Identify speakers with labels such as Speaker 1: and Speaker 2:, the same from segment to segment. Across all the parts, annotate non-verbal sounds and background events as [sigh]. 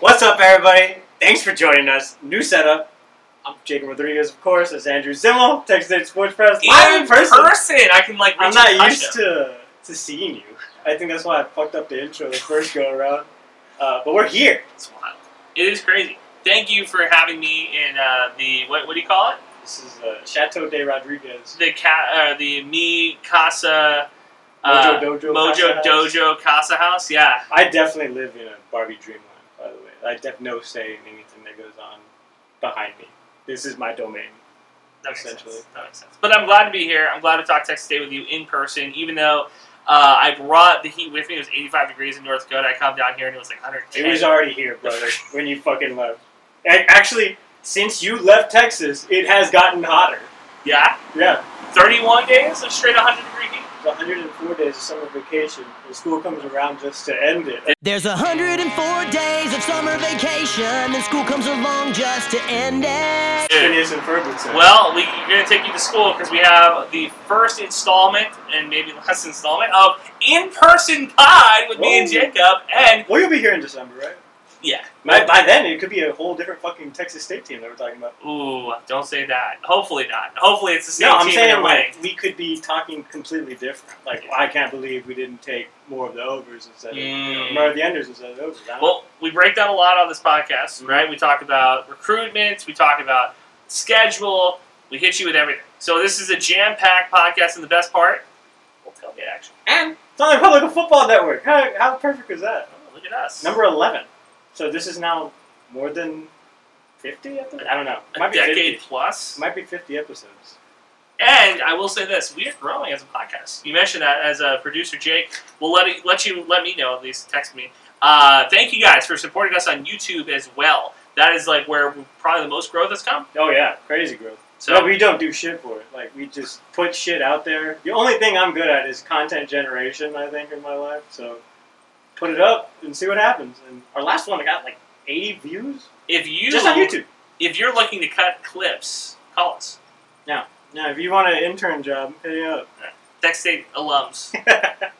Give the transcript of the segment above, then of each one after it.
Speaker 1: What's up, everybody? Thanks for joining us. New setup. I'm Jacob Rodriguez, of course. It's Andrew Zimmel, Texas State Sports Press. Live
Speaker 2: in person. I can like.
Speaker 1: I'm
Speaker 2: reach
Speaker 1: not
Speaker 2: and touch
Speaker 1: used
Speaker 2: him.
Speaker 1: to, to seeing you. I think that's why I fucked up the intro the first go around. Uh, but we're here.
Speaker 2: It's wild. It is crazy. Thank you for having me in uh, the what? What do you call it?
Speaker 1: This is uh, Chateau de Rodriguez.
Speaker 2: The ca- uh, the mi casa uh,
Speaker 1: Mojo Dojo.
Speaker 2: mojo
Speaker 1: Casa House.
Speaker 2: dojo casa house. Yeah,
Speaker 1: I definitely live in a Barbie dreamland, by the way. I have no say in anything that goes on behind me. This is my domain.
Speaker 2: that makes sense.
Speaker 1: Essentially.
Speaker 2: That makes sense. But I'm glad to be here. I'm glad to talk Texas State with you in person, even though. Uh, I brought the heat with me. It was 85 degrees in North Dakota. I come down here and it was like 110.
Speaker 1: It was already here, brother, when you fucking left. And actually, since you left Texas, it has gotten hotter.
Speaker 2: yeah,
Speaker 1: Yeah,
Speaker 2: 31 days of straight 100 degree heat.
Speaker 1: it's 104 days of summer vacation, and school comes around just to end it.
Speaker 3: There's 104 days of summer vacation, and school comes along just to end it.
Speaker 2: Dude.
Speaker 1: Phineas and Ferb would say.
Speaker 2: Well, we, we're going to take you to school because we have the first installment and maybe last installment of In Person Pod with me and
Speaker 1: Whoa.
Speaker 2: Jacob. And
Speaker 1: well, you'll be here in December, right?
Speaker 2: yeah,
Speaker 1: By, by then, it could be a whole different fucking Texas State team that we're talking about.
Speaker 2: ooh, don't say that. Hopefully not. Hopefully it's the same
Speaker 1: No, I'm
Speaker 2: team in
Speaker 1: saying
Speaker 2: a way.
Speaker 1: like we could be talking completely different. Like I can't believe we didn't take more of the overs instead of
Speaker 2: Mm.
Speaker 1: more of the unders instead of the overs. I don't know.
Speaker 2: Well, we break down a lot on this podcast, right? We talk about recruitment, we talk about schedule, we hit you with everything. So this is a jam-packed podcast, and the best part, we'll tailgate action. And
Speaker 1: It's on the Republican Football Network. How, how perfect is that?
Speaker 2: oh, look at us.
Speaker 1: Number 11. So this is now more than 50, I think? I don't know. It
Speaker 2: a
Speaker 1: might be
Speaker 2: decade
Speaker 1: 50.
Speaker 2: plus.
Speaker 1: It might be 50 episodes.
Speaker 2: And I will say this: we are growing as a podcast. You mentioned that as a producer, Jake. We'll let it, let you let me know at least. Text me. Uh, thank you guys for supporting us on YouTube as well. That is like where probably the most growth has come.
Speaker 1: Oh, yeah. Crazy growth.
Speaker 2: So
Speaker 1: no, we don't do shit for it. Like, we just put shit out there. The only thing I'm good at is content generation, I think, in my life. So put it up and see what happens. And our last one got like 80 views
Speaker 2: if you
Speaker 1: just on YouTube.
Speaker 2: if you're looking to cut clips, call us.
Speaker 1: Now, if you want an intern job, hit me up. [laughs]
Speaker 2: Tech State alums,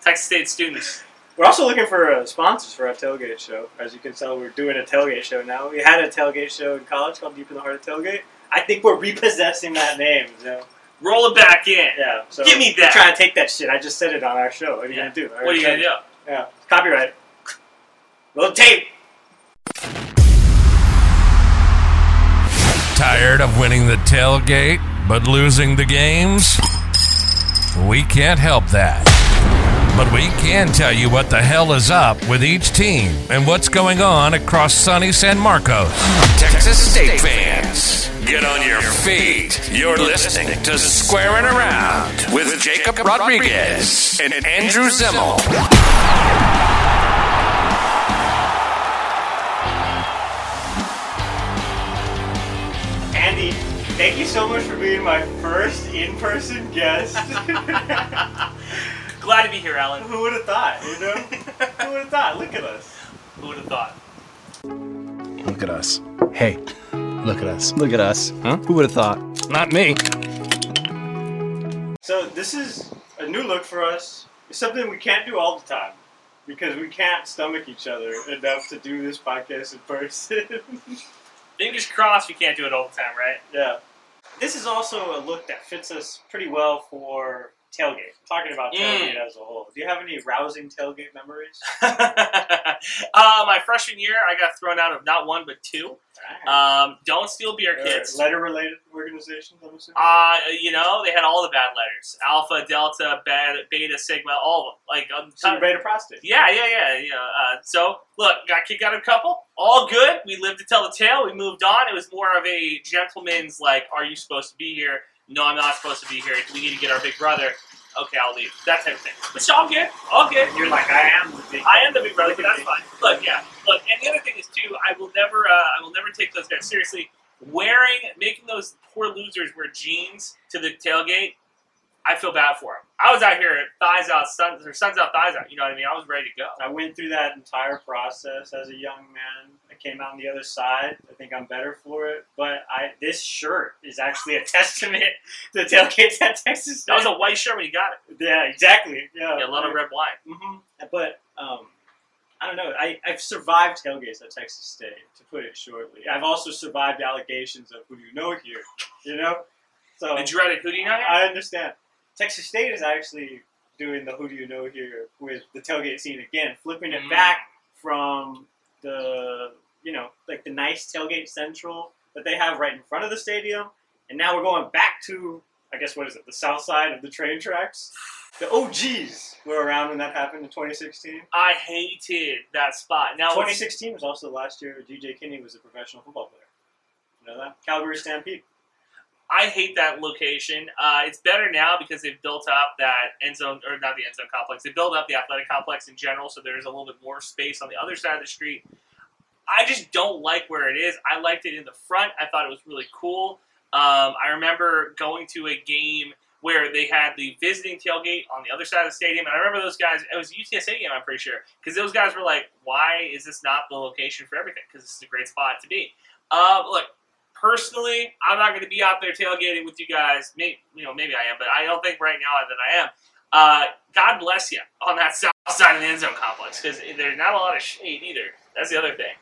Speaker 2: Tech State students.
Speaker 1: We're also looking for uh, sponsors for our tailgate show. As you can tell, we're doing a tailgate show now. We had a tailgate show in college called Deep in the Heart of Tailgate. I think we're repossessing that name. So
Speaker 2: Roll it back in.
Speaker 1: yeah, so
Speaker 2: Give me
Speaker 1: we're
Speaker 2: that.
Speaker 1: trying to take that shit. I just said it on our show. What are you
Speaker 2: Yeah.
Speaker 1: gonna do?
Speaker 2: What are you gonna do?
Speaker 1: Yeah, copyright. Little tape.
Speaker 4: Tired of winning the tailgate but losing the games? We can't help that. But we can tell you what the hell is up with each team and what's going on across sunny San Marcos. Texas State fans, get on your feet. You're listening to Squaring Around with Jacob Rodriguez and Andrew Zimmel.
Speaker 1: Andy, thank you so much for being my first in-person guest.
Speaker 2: Glad to be here, Alan.
Speaker 1: Who would have thought? You know? Who would have thought? Look at us.
Speaker 2: Who would have thought?
Speaker 5: Look at us.
Speaker 6: Hey,
Speaker 5: Look at us.
Speaker 6: look at us. Huh? Who would have thought?
Speaker 5: Not me.
Speaker 1: So this is a new look for us. It's something we can't do all the time because we can't stomach each other enough to do this podcast in person. [laughs]
Speaker 2: Fingers crossed, we can't do it all the time, right?
Speaker 1: yeah. This is also a look that fits us pretty well for tailgate. Talking about tailgate as a whole. Do you have any rousing tailgate memories?
Speaker 2: [laughs] uh, my freshman year, I got thrown out of not one but two. Um, don't steal beer,
Speaker 1: Or
Speaker 2: kids.
Speaker 1: letter-related organizations, I'm assuming.
Speaker 2: Uh, you know, they had all the bad letters: alpha, delta, beta, beta sigma, all of them. Like, um,
Speaker 1: So you're ready to prostate.
Speaker 2: yeah, yeah, yeah, yeah. Uh, so, look, got kicked out of a couple. All good. We lived to tell the tale. We moved on. It was more of a gentleman's like, "Are you supposed to be here? No, I'm not supposed to be here. We need to get our big brother." Okay, I'll leave. That type of thing. It's all good. All good.
Speaker 1: You're like, I am the big
Speaker 2: I am the big brother, but that's fine. Look, yeah. Look, and the other thing is too, I will never, uh, I will never take those guys seriously. Wearing, making those poor losers wear jeans to the tailgate, I feel bad for them. I was out here, thighs out, suns or suns out, thighs out. You know what I mean? I was ready to go.
Speaker 1: I went through that entire process as a young man. I came out on the other side. I think I'm better for it. But I this shirt is actually a [laughs] testament to tailgates at Texas.
Speaker 2: That was
Speaker 1: Tech.
Speaker 2: a white shirt when you got it.
Speaker 1: yeah, exactly. Yeah,
Speaker 2: Yeah, a lot of red wine.
Speaker 1: hmm But um, I don't know. I, I've survived tailgates at Texas State, to put it shortly. I've also survived allegations of who do you know here, you know? So
Speaker 2: The dreaded hoodie night?
Speaker 1: I understand. Texas State is actually doing the who do you know here with the tailgate scene again, flipping it
Speaker 2: Mm.
Speaker 1: back from the, you know, like the nice tailgate central that they have right in front of the stadium. And now we're going back to, I guess, what is it, the south side of the train tracks? The OGs were around when that happened in 2016.
Speaker 2: I hated that spot. Now, what's-
Speaker 1: 2016 was also the last year DJ Kinney was a professional football player. You know that? Calgary Stampede.
Speaker 2: I hate that location. Uh, it's better now because they've built up that end zone, or not the end zone complex. They built up the athletic complex in general, so there's a little bit more space on the other side of the street. I just don't like where it is. I liked it in the front. I thought it was really cool. Um, I remember going to a game where they had the visiting tailgate on the other side of the stadium, and I remember those guys. It was a UTSA game, I'm pretty sure, because those guys were like, "Why is this not the location for everything? Because this is a great spot to be." Uh, look, personally, I'm not going to be out there tailgating with you guys. Maybe you know, maybe I am, but I don't think right now that I am. Uh, God bless you on that [laughs] south side of the end zone complex because there's not a lot of shade either. That's the other thing,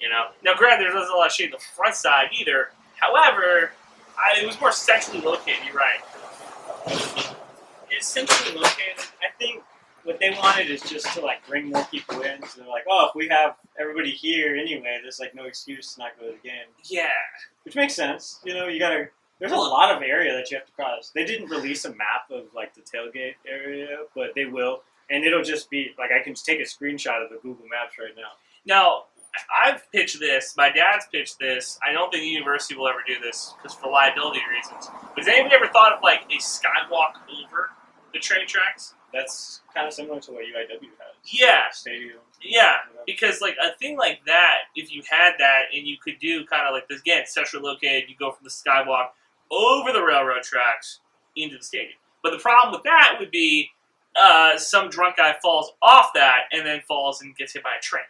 Speaker 2: you know. Now, granted, there's not a lot of shade on the front side either. However, I, it was more centrally located. You're right.
Speaker 1: It's centrally located. I think what they wanted is just to like bring more people in. So they're like, oh, if we have everybody here anyway, there's like no excuse to not go to the game,
Speaker 2: Yeah,
Speaker 1: which makes sense. You know, you gotta. There's a lot of area that you have to cross. They didn't release a map of like the tailgate area, but they will, and it'll just be like I can just take a screenshot of the Google Maps right now.
Speaker 2: Now, I've pitched this. My dad's pitched this. I don't think the university will ever do this because for liability reasons. But has anybody ever thought of like a skywalk over the train tracks?
Speaker 1: That's kind of similar to what UIW had.
Speaker 2: Yeah,
Speaker 1: Stadium.
Speaker 2: Yeah,
Speaker 1: You know?
Speaker 2: because like a thing like that, if you had that and you could do kind of like this again, centrally located, you go from the skywalk over the railroad tracks into the stadium. But the problem with that would be uh, some drunk guy falls off that and then falls and gets hit by a train.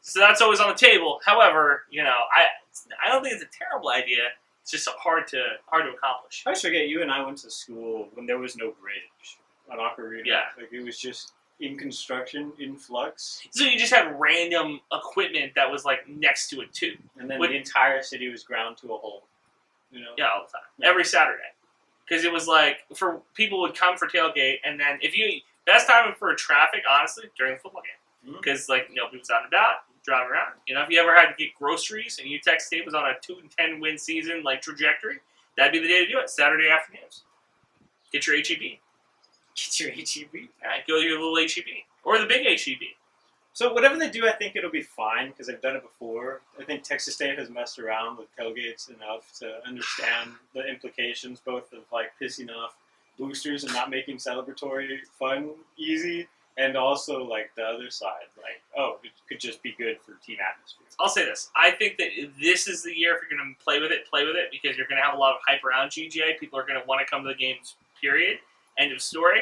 Speaker 2: So that's always on the table. However, you know, I I don't think it's a terrible idea. It's just hard to hard to accomplish.
Speaker 1: I always forget you and I went to school when there was no bridge on Ocarina.
Speaker 2: Yeah.
Speaker 1: Like it was just in construction, in flux,
Speaker 2: So you just had random equipment that was like next to it too.
Speaker 1: and then
Speaker 2: Would-
Speaker 1: the entire city was ground to a halt. You know?
Speaker 2: Yeah, all the time. Every Saturday. Because it was like for people would come for tailgate, and then if you best time for traffic, honestly, during the football game,
Speaker 1: Mhm.
Speaker 2: because like nobody was out and about driving around. You know, if you ever had to get groceries and Utah State was on a two and ten win season like trajectory, that'd be the day to do it. Saturday afternoons, get your HEB.
Speaker 1: Get your HEB.
Speaker 2: All right, go to your little HEB or the big E HEB.
Speaker 1: So whatever they do, I think it'll be fine because I've done it before. I think Texas State has messed around with tailgates enough to understand the implications, both of like pissing off boosters and not making celebratory fun easy, and also like the other side, like oh, it could just be good for team atmosphere.
Speaker 2: I'll say this. I think that this is the year if you're going to play with it, play with it because you're going to have a lot of hype around GGA. People are going to want to come to the games, period. End of story.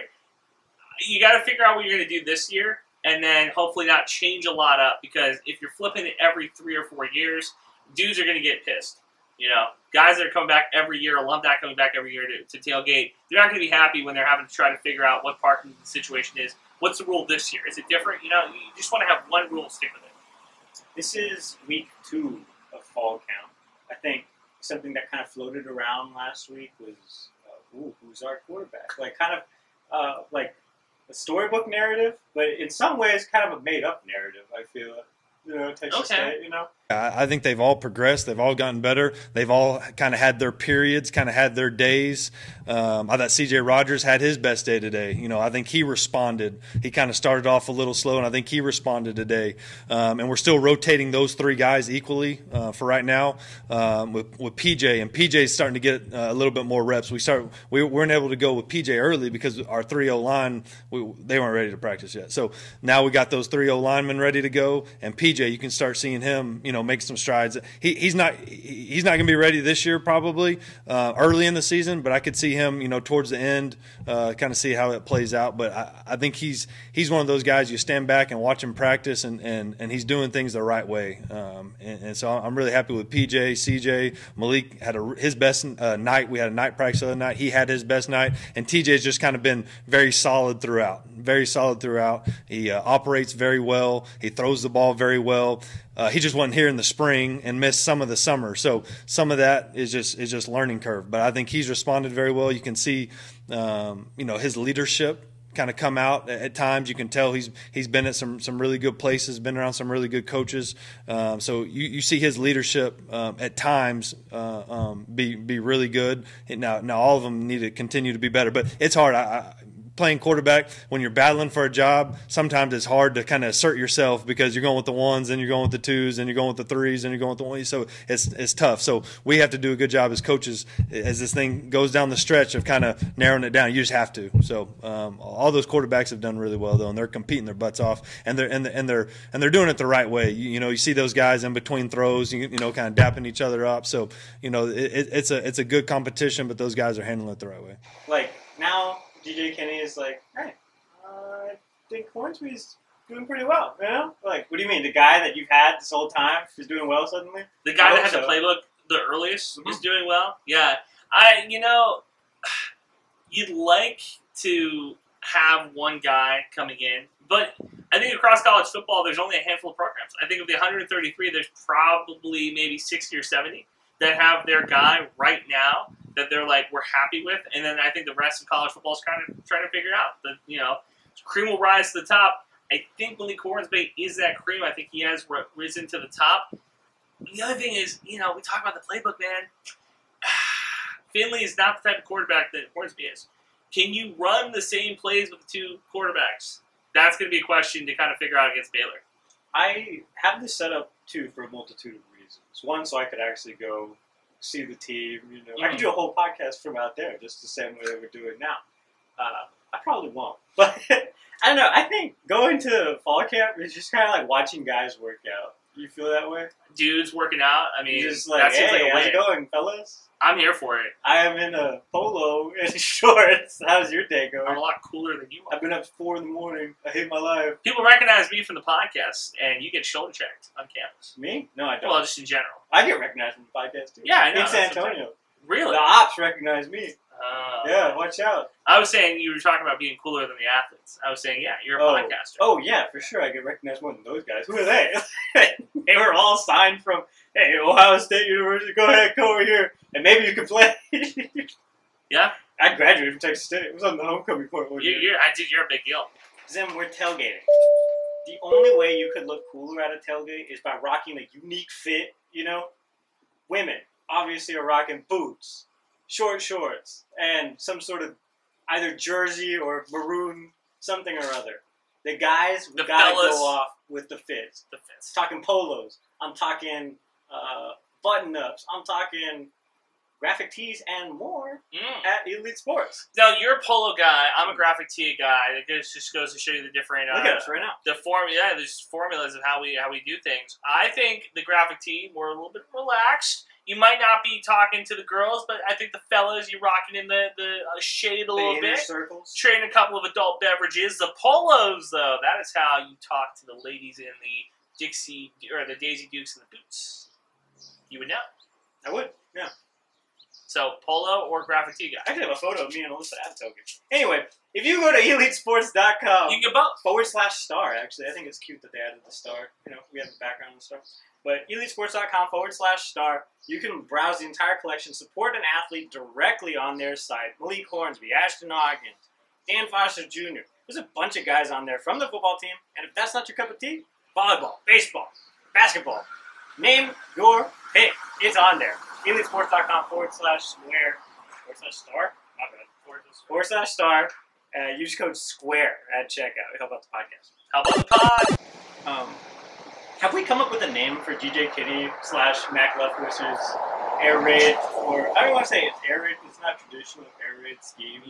Speaker 2: You got to figure out what you're going to do this year and then hopefully not change a lot up because if you're flipping it every three or four years, dudes are going to get pissed. You know, guys that are coming back every year, alumni coming back every year to, to tailgate, they're not going to be happy when they're having to try to figure out what parking situation is. What's the rule this year? Is it different? You know, you just want to have one rule and stick with it.
Speaker 1: This is week two of fall count. I think something that kind of floated around last week was, uh, ooh, who's our quarterback? Like kind of uh, like a storybook narrative, but in some ways, kind of a made up narrative. I feel you know Texas
Speaker 2: Okay.
Speaker 1: State. You know,
Speaker 6: I I think they've all progressed. They've all gotten better. They've all kind of had their periods, kind of had their days. Um, I thought C.J. Rogers had his best day today. You know, I think he responded. He kind of started off a little slow, and I think he responded today. Um, and we're still rotating those three guys equally uh, for right now um, with, with P.J. And P.J. is starting to get uh, a little bit more reps. We start we weren't able to go with P.J. early because our three O line we, they weren't ready to practice yet. So now we got those three O linemen ready to go, and PJ, you can start seeing him, you know, make some strides. He, he's not he- he's not going to be ready this year probably uh, early in the season, but I could see him, you know, towards the end, uh, kind of see how it plays out. But I, I think he's he's one of those guys you stand back and watch him practice, and and, and he's doing things the right way. Um, and, and so I'm really happy with PJ, CJ, Malik had a, his best uh, night. We had a night practice the other night. He had his best night, and TJ's just kind of been very solid throughout very solid throughout. He uh, operates very well. He throws the ball very well. Uh, he just wasn't here in the spring and missed some of the summer. So some of that is just is just learning curve. But I think he's responded very well. You can see, um, you know, his leadership kind of come out at, at times. You can tell he's he's been at some some really good places, been around some really good coaches. Um, so you, you see his leadership um, at times uh, um, be be really good. And Now now all of them need to continue to be better, but it's hard. I, I, playing quarterback when you're battling for a job sometimes it's hard to kind of assert yourself because you're going with the ones and you're going with the twos and you're going with the threes and you're going with the ones so it's it's tough so we have to do a good job as coaches as this thing goes down the stretch of kind of narrowing it down you just have to so um, all those quarterbacks have done really well though and they're competing their butts off and they're and they're and they're, and they're doing it the right way you, you know you see those guys in between throws you, you know kind of dapping each other up so you know it, it- it's a it's a good competition but those guys are handling it the right way
Speaker 1: Like now, DJ Kenny is like, hey, uh, I think Hornsby's doing pretty well. You know, like, what do you mean? The guy that you've had this whole time is doing well suddenly?
Speaker 2: The
Speaker 1: I
Speaker 2: guy
Speaker 1: hope
Speaker 2: that had the
Speaker 1: so. Mm-hmm.
Speaker 2: playbook the earliest is doing well. Yeah, I you know, [sighs] you'd like to have one guy coming in, but I think across college football, there's only a handful of programs. I think of the 133, there's probably maybe 60 or 70 that have their guy right now that they're like we're happy with, and then I think the rest of college football is kind of trying to figure out the you know cream will rise to the top. I think Malik Hornsby is that cream. I think he has ri- risen to the top. The other thing is, you know, we talk about the playbook, man. [sighs] Finley is not the type of quarterback that Hornsby is. Can you run the same plays with the two quarterbacks? That's going to be a question to kind of figure out against Baylor.
Speaker 1: I have this set up too for a multitude of reasons. One, so I could actually go see the team. You know,
Speaker 2: Mm.
Speaker 1: I could do a whole podcast from out there, just the same way I would do it now. Uh, I probably won't, [laughs] but I don't know. I think going to fall camp is just kind of like watching guys work out. You feel that way?
Speaker 2: Dudes working out. I mean,
Speaker 1: You're just like,
Speaker 2: that seems
Speaker 1: hey,
Speaker 2: like a
Speaker 1: how's it
Speaker 2: win.
Speaker 1: going, fellas?
Speaker 2: I'm here for it.
Speaker 1: I am in a polo and [laughs] shorts. How's your day
Speaker 2: I'm a
Speaker 1: going?
Speaker 2: lot cooler than you are.
Speaker 1: I've been up at four in the morning. I hate my life.
Speaker 2: People recognize me from the podcast, and you get shoulder checked on campus.
Speaker 1: Me? No, I don't.
Speaker 2: Well, just in general.
Speaker 1: I get recognized from the podcast too.
Speaker 2: Yeah, I know,
Speaker 1: In San
Speaker 2: that's what I'm
Speaker 1: Antonio, the
Speaker 2: Really?
Speaker 1: ops recognize me.
Speaker 2: Uh,
Speaker 1: Yeah, watch out.
Speaker 2: I was saying you were talking about being cooler than the athletes. I was saying, yeah, you're a
Speaker 1: Oh.
Speaker 2: podcaster.
Speaker 1: Oh yeah, for sure. I get recognized more than those guys. Who are they? [laughs] they were all signed from hey Ohio State University. Go ahead, come over here, and maybe you can play. [laughs]
Speaker 2: Yeah.
Speaker 1: I graduated from Texas State. It was on the homecoming court one
Speaker 2: You,
Speaker 1: year.
Speaker 2: you're, I did. You're a big deal.
Speaker 1: Zim, we're tailgating. The only way you could look cooler at a tailgate is by rocking a unique fit, you know? Women obviously are rocking boots, short shorts, and some sort of either jersey or maroon something or other. The guys we
Speaker 2: The
Speaker 1: gotta
Speaker 2: fellas.
Speaker 1: go off with the fits.
Speaker 2: The fence.
Speaker 1: I'm talking polos. I'm talking uh, button ups. I'm talking graphic tees and more
Speaker 2: Mm.
Speaker 1: at Elite Sports.
Speaker 2: No, you're a polo guy. I'm a graphic tee guy. It goes, just goes to show you the different
Speaker 1: Look
Speaker 2: uh,
Speaker 1: at us right now.
Speaker 2: the form. Yeah, there's formulas of how we how we do things. I think the graphic tee we're a little bit relaxed. You might not be talking to the girls, but I think the fellas you're rocking in the the uh, shade a
Speaker 1: The
Speaker 2: little
Speaker 1: inner
Speaker 2: bit.
Speaker 1: circles.
Speaker 2: Trading a couple of adult beverages. The polos, though, that is how you talk to the ladies in the Dixie or the Daisy Dukes and the boots. You would know.
Speaker 1: I would, yeah.
Speaker 2: So polo or graphic tee
Speaker 1: I
Speaker 2: guy.
Speaker 1: could have a photo of me and Alyssa at Token. Anyway, if you go to elitesports.com
Speaker 2: You can get both.
Speaker 1: forward slash star, actually, I think it's cute that they added the star. You know, we have the background of the star. But elitesports.com forward slash star, you can browse the entire collection, support an athlete directly on their site. Malik Hornsby, Ashton Hawkins, Dan Foster Jr. There's a bunch of guys on there from the football team, and if that's not your cup of tea, volleyball, baseball, basketball, name your pick. It's on there. EliteSports.com forward slash square forward slash star. Not bad. Forward slash- Forward slash star. Uh, use code square at checkout. Help out the
Speaker 2: How about the pod?
Speaker 1: podcast. Um, have we come up with a name for DJ Kitty slash Mac Leftwister's air raid? Or I don't want to say it's air raid. It's not traditional air raid scheme.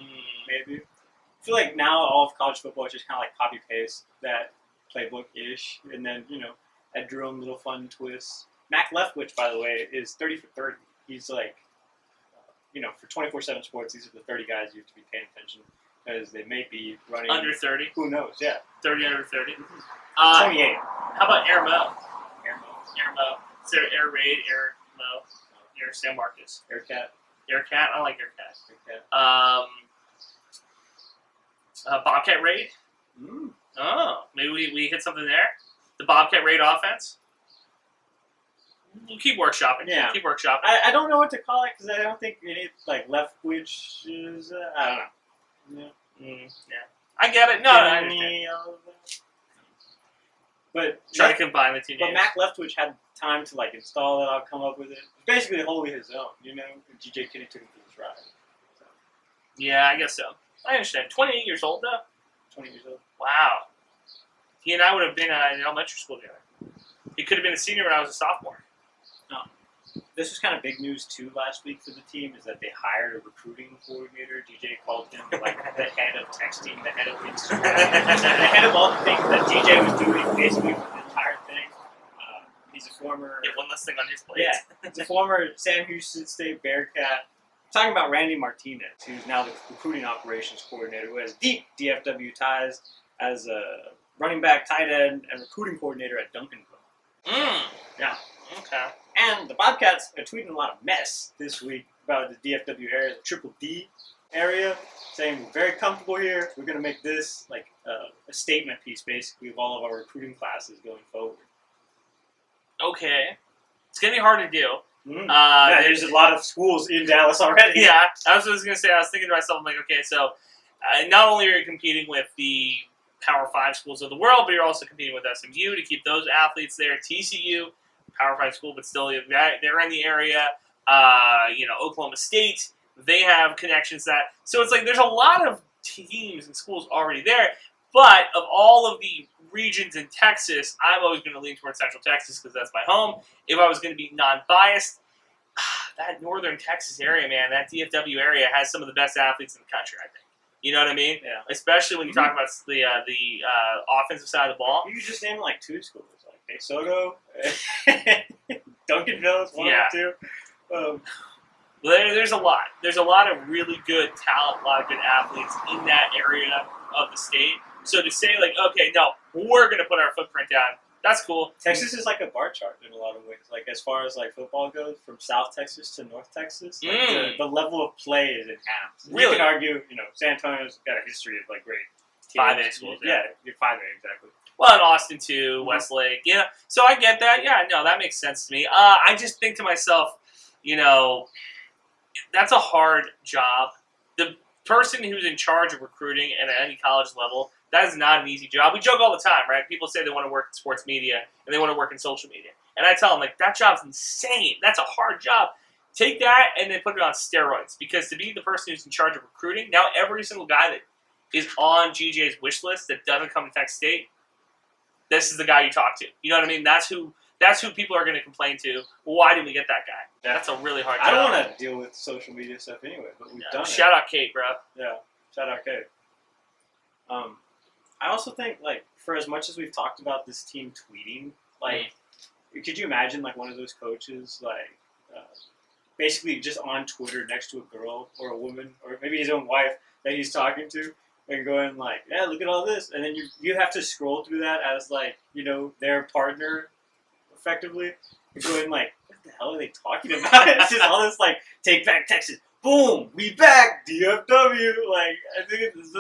Speaker 1: Maybe. I feel like now all of college football is just kind of like copy paste that playbook ish, and then you know add your own little fun twists. Mac Leftwich, by the way, is thirty for thirty. He's like, you know, for twenty four seven sports, these are the thirty guys you have to be paying attention because they may be running
Speaker 2: Under 30.
Speaker 1: Who knows? Yeah,
Speaker 2: 30 under 30. Uh,
Speaker 1: twenty eight.
Speaker 2: how about Air Mo? Air Mo. Is there Air Raid, Air Mo, Air San Marcos?
Speaker 1: Aircat,
Speaker 2: Air Cat? I like Air Cat.
Speaker 1: Aircat.
Speaker 2: Um, uh, Bobcat Raid? Oh, maybe we, we hit something there. The Bobcat raid offense. We'll keep workshopping.
Speaker 1: Yeah.
Speaker 2: We'll keep workshopping.
Speaker 1: I, I don't know what to call it because I don't think any like Leftwich is. Uh, I don't know. Yeah.
Speaker 2: Mm, yeah. I get it. No, no, I understand.
Speaker 1: Any of that. uh, But
Speaker 2: Try to combine the two
Speaker 1: but
Speaker 2: names.
Speaker 1: Mac Leftwich had time to like install it. I'll come up with it. Basically, wholly his own. You know, GJ Kinney took him for his ride.
Speaker 2: yeah, I guess so. I understand. 28 years old, though?
Speaker 1: Twenty years old.
Speaker 2: Wow. He and I would have been uh, in elementary school together. He could have been a senior when I was a sophomore.
Speaker 1: This was kind of big news too last week for the team is that they hired a recruiting coordinator. DJ called him like the head of texting, the head of Instagram, the head of all the things that DJ was doing basically for the entire thing. Uh, he's a former
Speaker 2: Yeah, one less thing on his plate.
Speaker 1: Yeah, it's a former Sam Houston State Bearcat. Talking about Randy Martinez, who's now the recruiting operations coordinator, who has deep DFW ties as a running back, tight end, and recruiting coordinator at Duncanville.
Speaker 2: Mm.
Speaker 1: Yeah.
Speaker 2: Okay.
Speaker 1: And the Bobcats are tweeting a lot of mess this week about the DFW area, the Triple D area, saying we're very comfortable here. We're going to make this like uh, a statement piece, basically, of all of our recruiting classes going forward.
Speaker 2: Okay. It's gonna be hard to do.
Speaker 1: Mm.
Speaker 2: Uh,
Speaker 1: yeah, there's a lot of schools in Dallas already.
Speaker 2: [laughs] yeah, I was just gonna say. I was thinking to myself, I'm like, okay, so uh, not only are you competing with the Power Five schools of the world, but you're also competing with SMU to keep those athletes there. TCU, Power Five school, but still that- they're in the area. Uh, you know, Oklahoma State, they have connections that. So it's like there's a lot of teams and schools already there. But of all of the regions in Texas, I'm always going to lean towards Central Texas because that's my home. If I was going to be non-biased, [sighs] that northern Texas area, man, that DFW area has some of the best athletes in the country. I think. You know what I mean?
Speaker 1: Yeah.
Speaker 2: Especially when you talk about the uh, the uh, offensive side of the ball.
Speaker 1: You could just name like two schools, like Hey Soto, [laughs] Duncanville is one
Speaker 2: Yeah.
Speaker 1: or two. Um,
Speaker 2: There, there's a lot. There's a lot of really good talent, a lot of good athletes in that area of the state. So to say like, okay, no, we're gonna put our footprint down. That's cool.
Speaker 1: Texas is like a bar chart in a lot of ways. Like as far as like football goes, from South Texas to North Texas, like,
Speaker 2: Mm.
Speaker 1: the, the level of play is in halves. You
Speaker 2: Really?
Speaker 1: can argue, you know, San Antonio's got a history of like great teams.
Speaker 2: 5A schools,
Speaker 1: Yeah, you're five A exactly.
Speaker 2: Well, in Austin too, Westlake. Yeah. So I get that. Yeah, no, that makes sense to me. Uh, I just think to myself, you know, that's a hard job. The person who's in charge of recruiting and at any college level, that is not an easy job. We joke all the time, right? People say they want to work in sports media and they want to work in social media. And I tell them, like, that job's insane. That's a hard job. Take that and then put it on steroids because to be the person who's in charge of recruiting, now every single guy that is on GJ's wish list that doesn't come to Tech State this is the guy you talk to. You know what I mean? That's who that's who people are going to complain to. Why didn't we get that guy? That's a really hard.
Speaker 1: I don't
Speaker 2: job.
Speaker 1: want to deal with social media stuff anyway, but we've
Speaker 2: Yeah.
Speaker 1: done it.
Speaker 2: Shout out Kate, bro.
Speaker 1: Yeah, shout out Cade. Um, I also think like for as much as we've talked about this team tweeting, like, could you imagine like one of those coaches like uh, basically just on Twitter next to a girl or a woman or maybe his own wife that he's talking to and going like, yeah, look at all this, and then you you have to scroll through that as like you know their partner, effectively. You're Going like, what the hell are they talking about? [laughs] It's just all this like, take back Texas, boom, we back DFW. Like, I think it's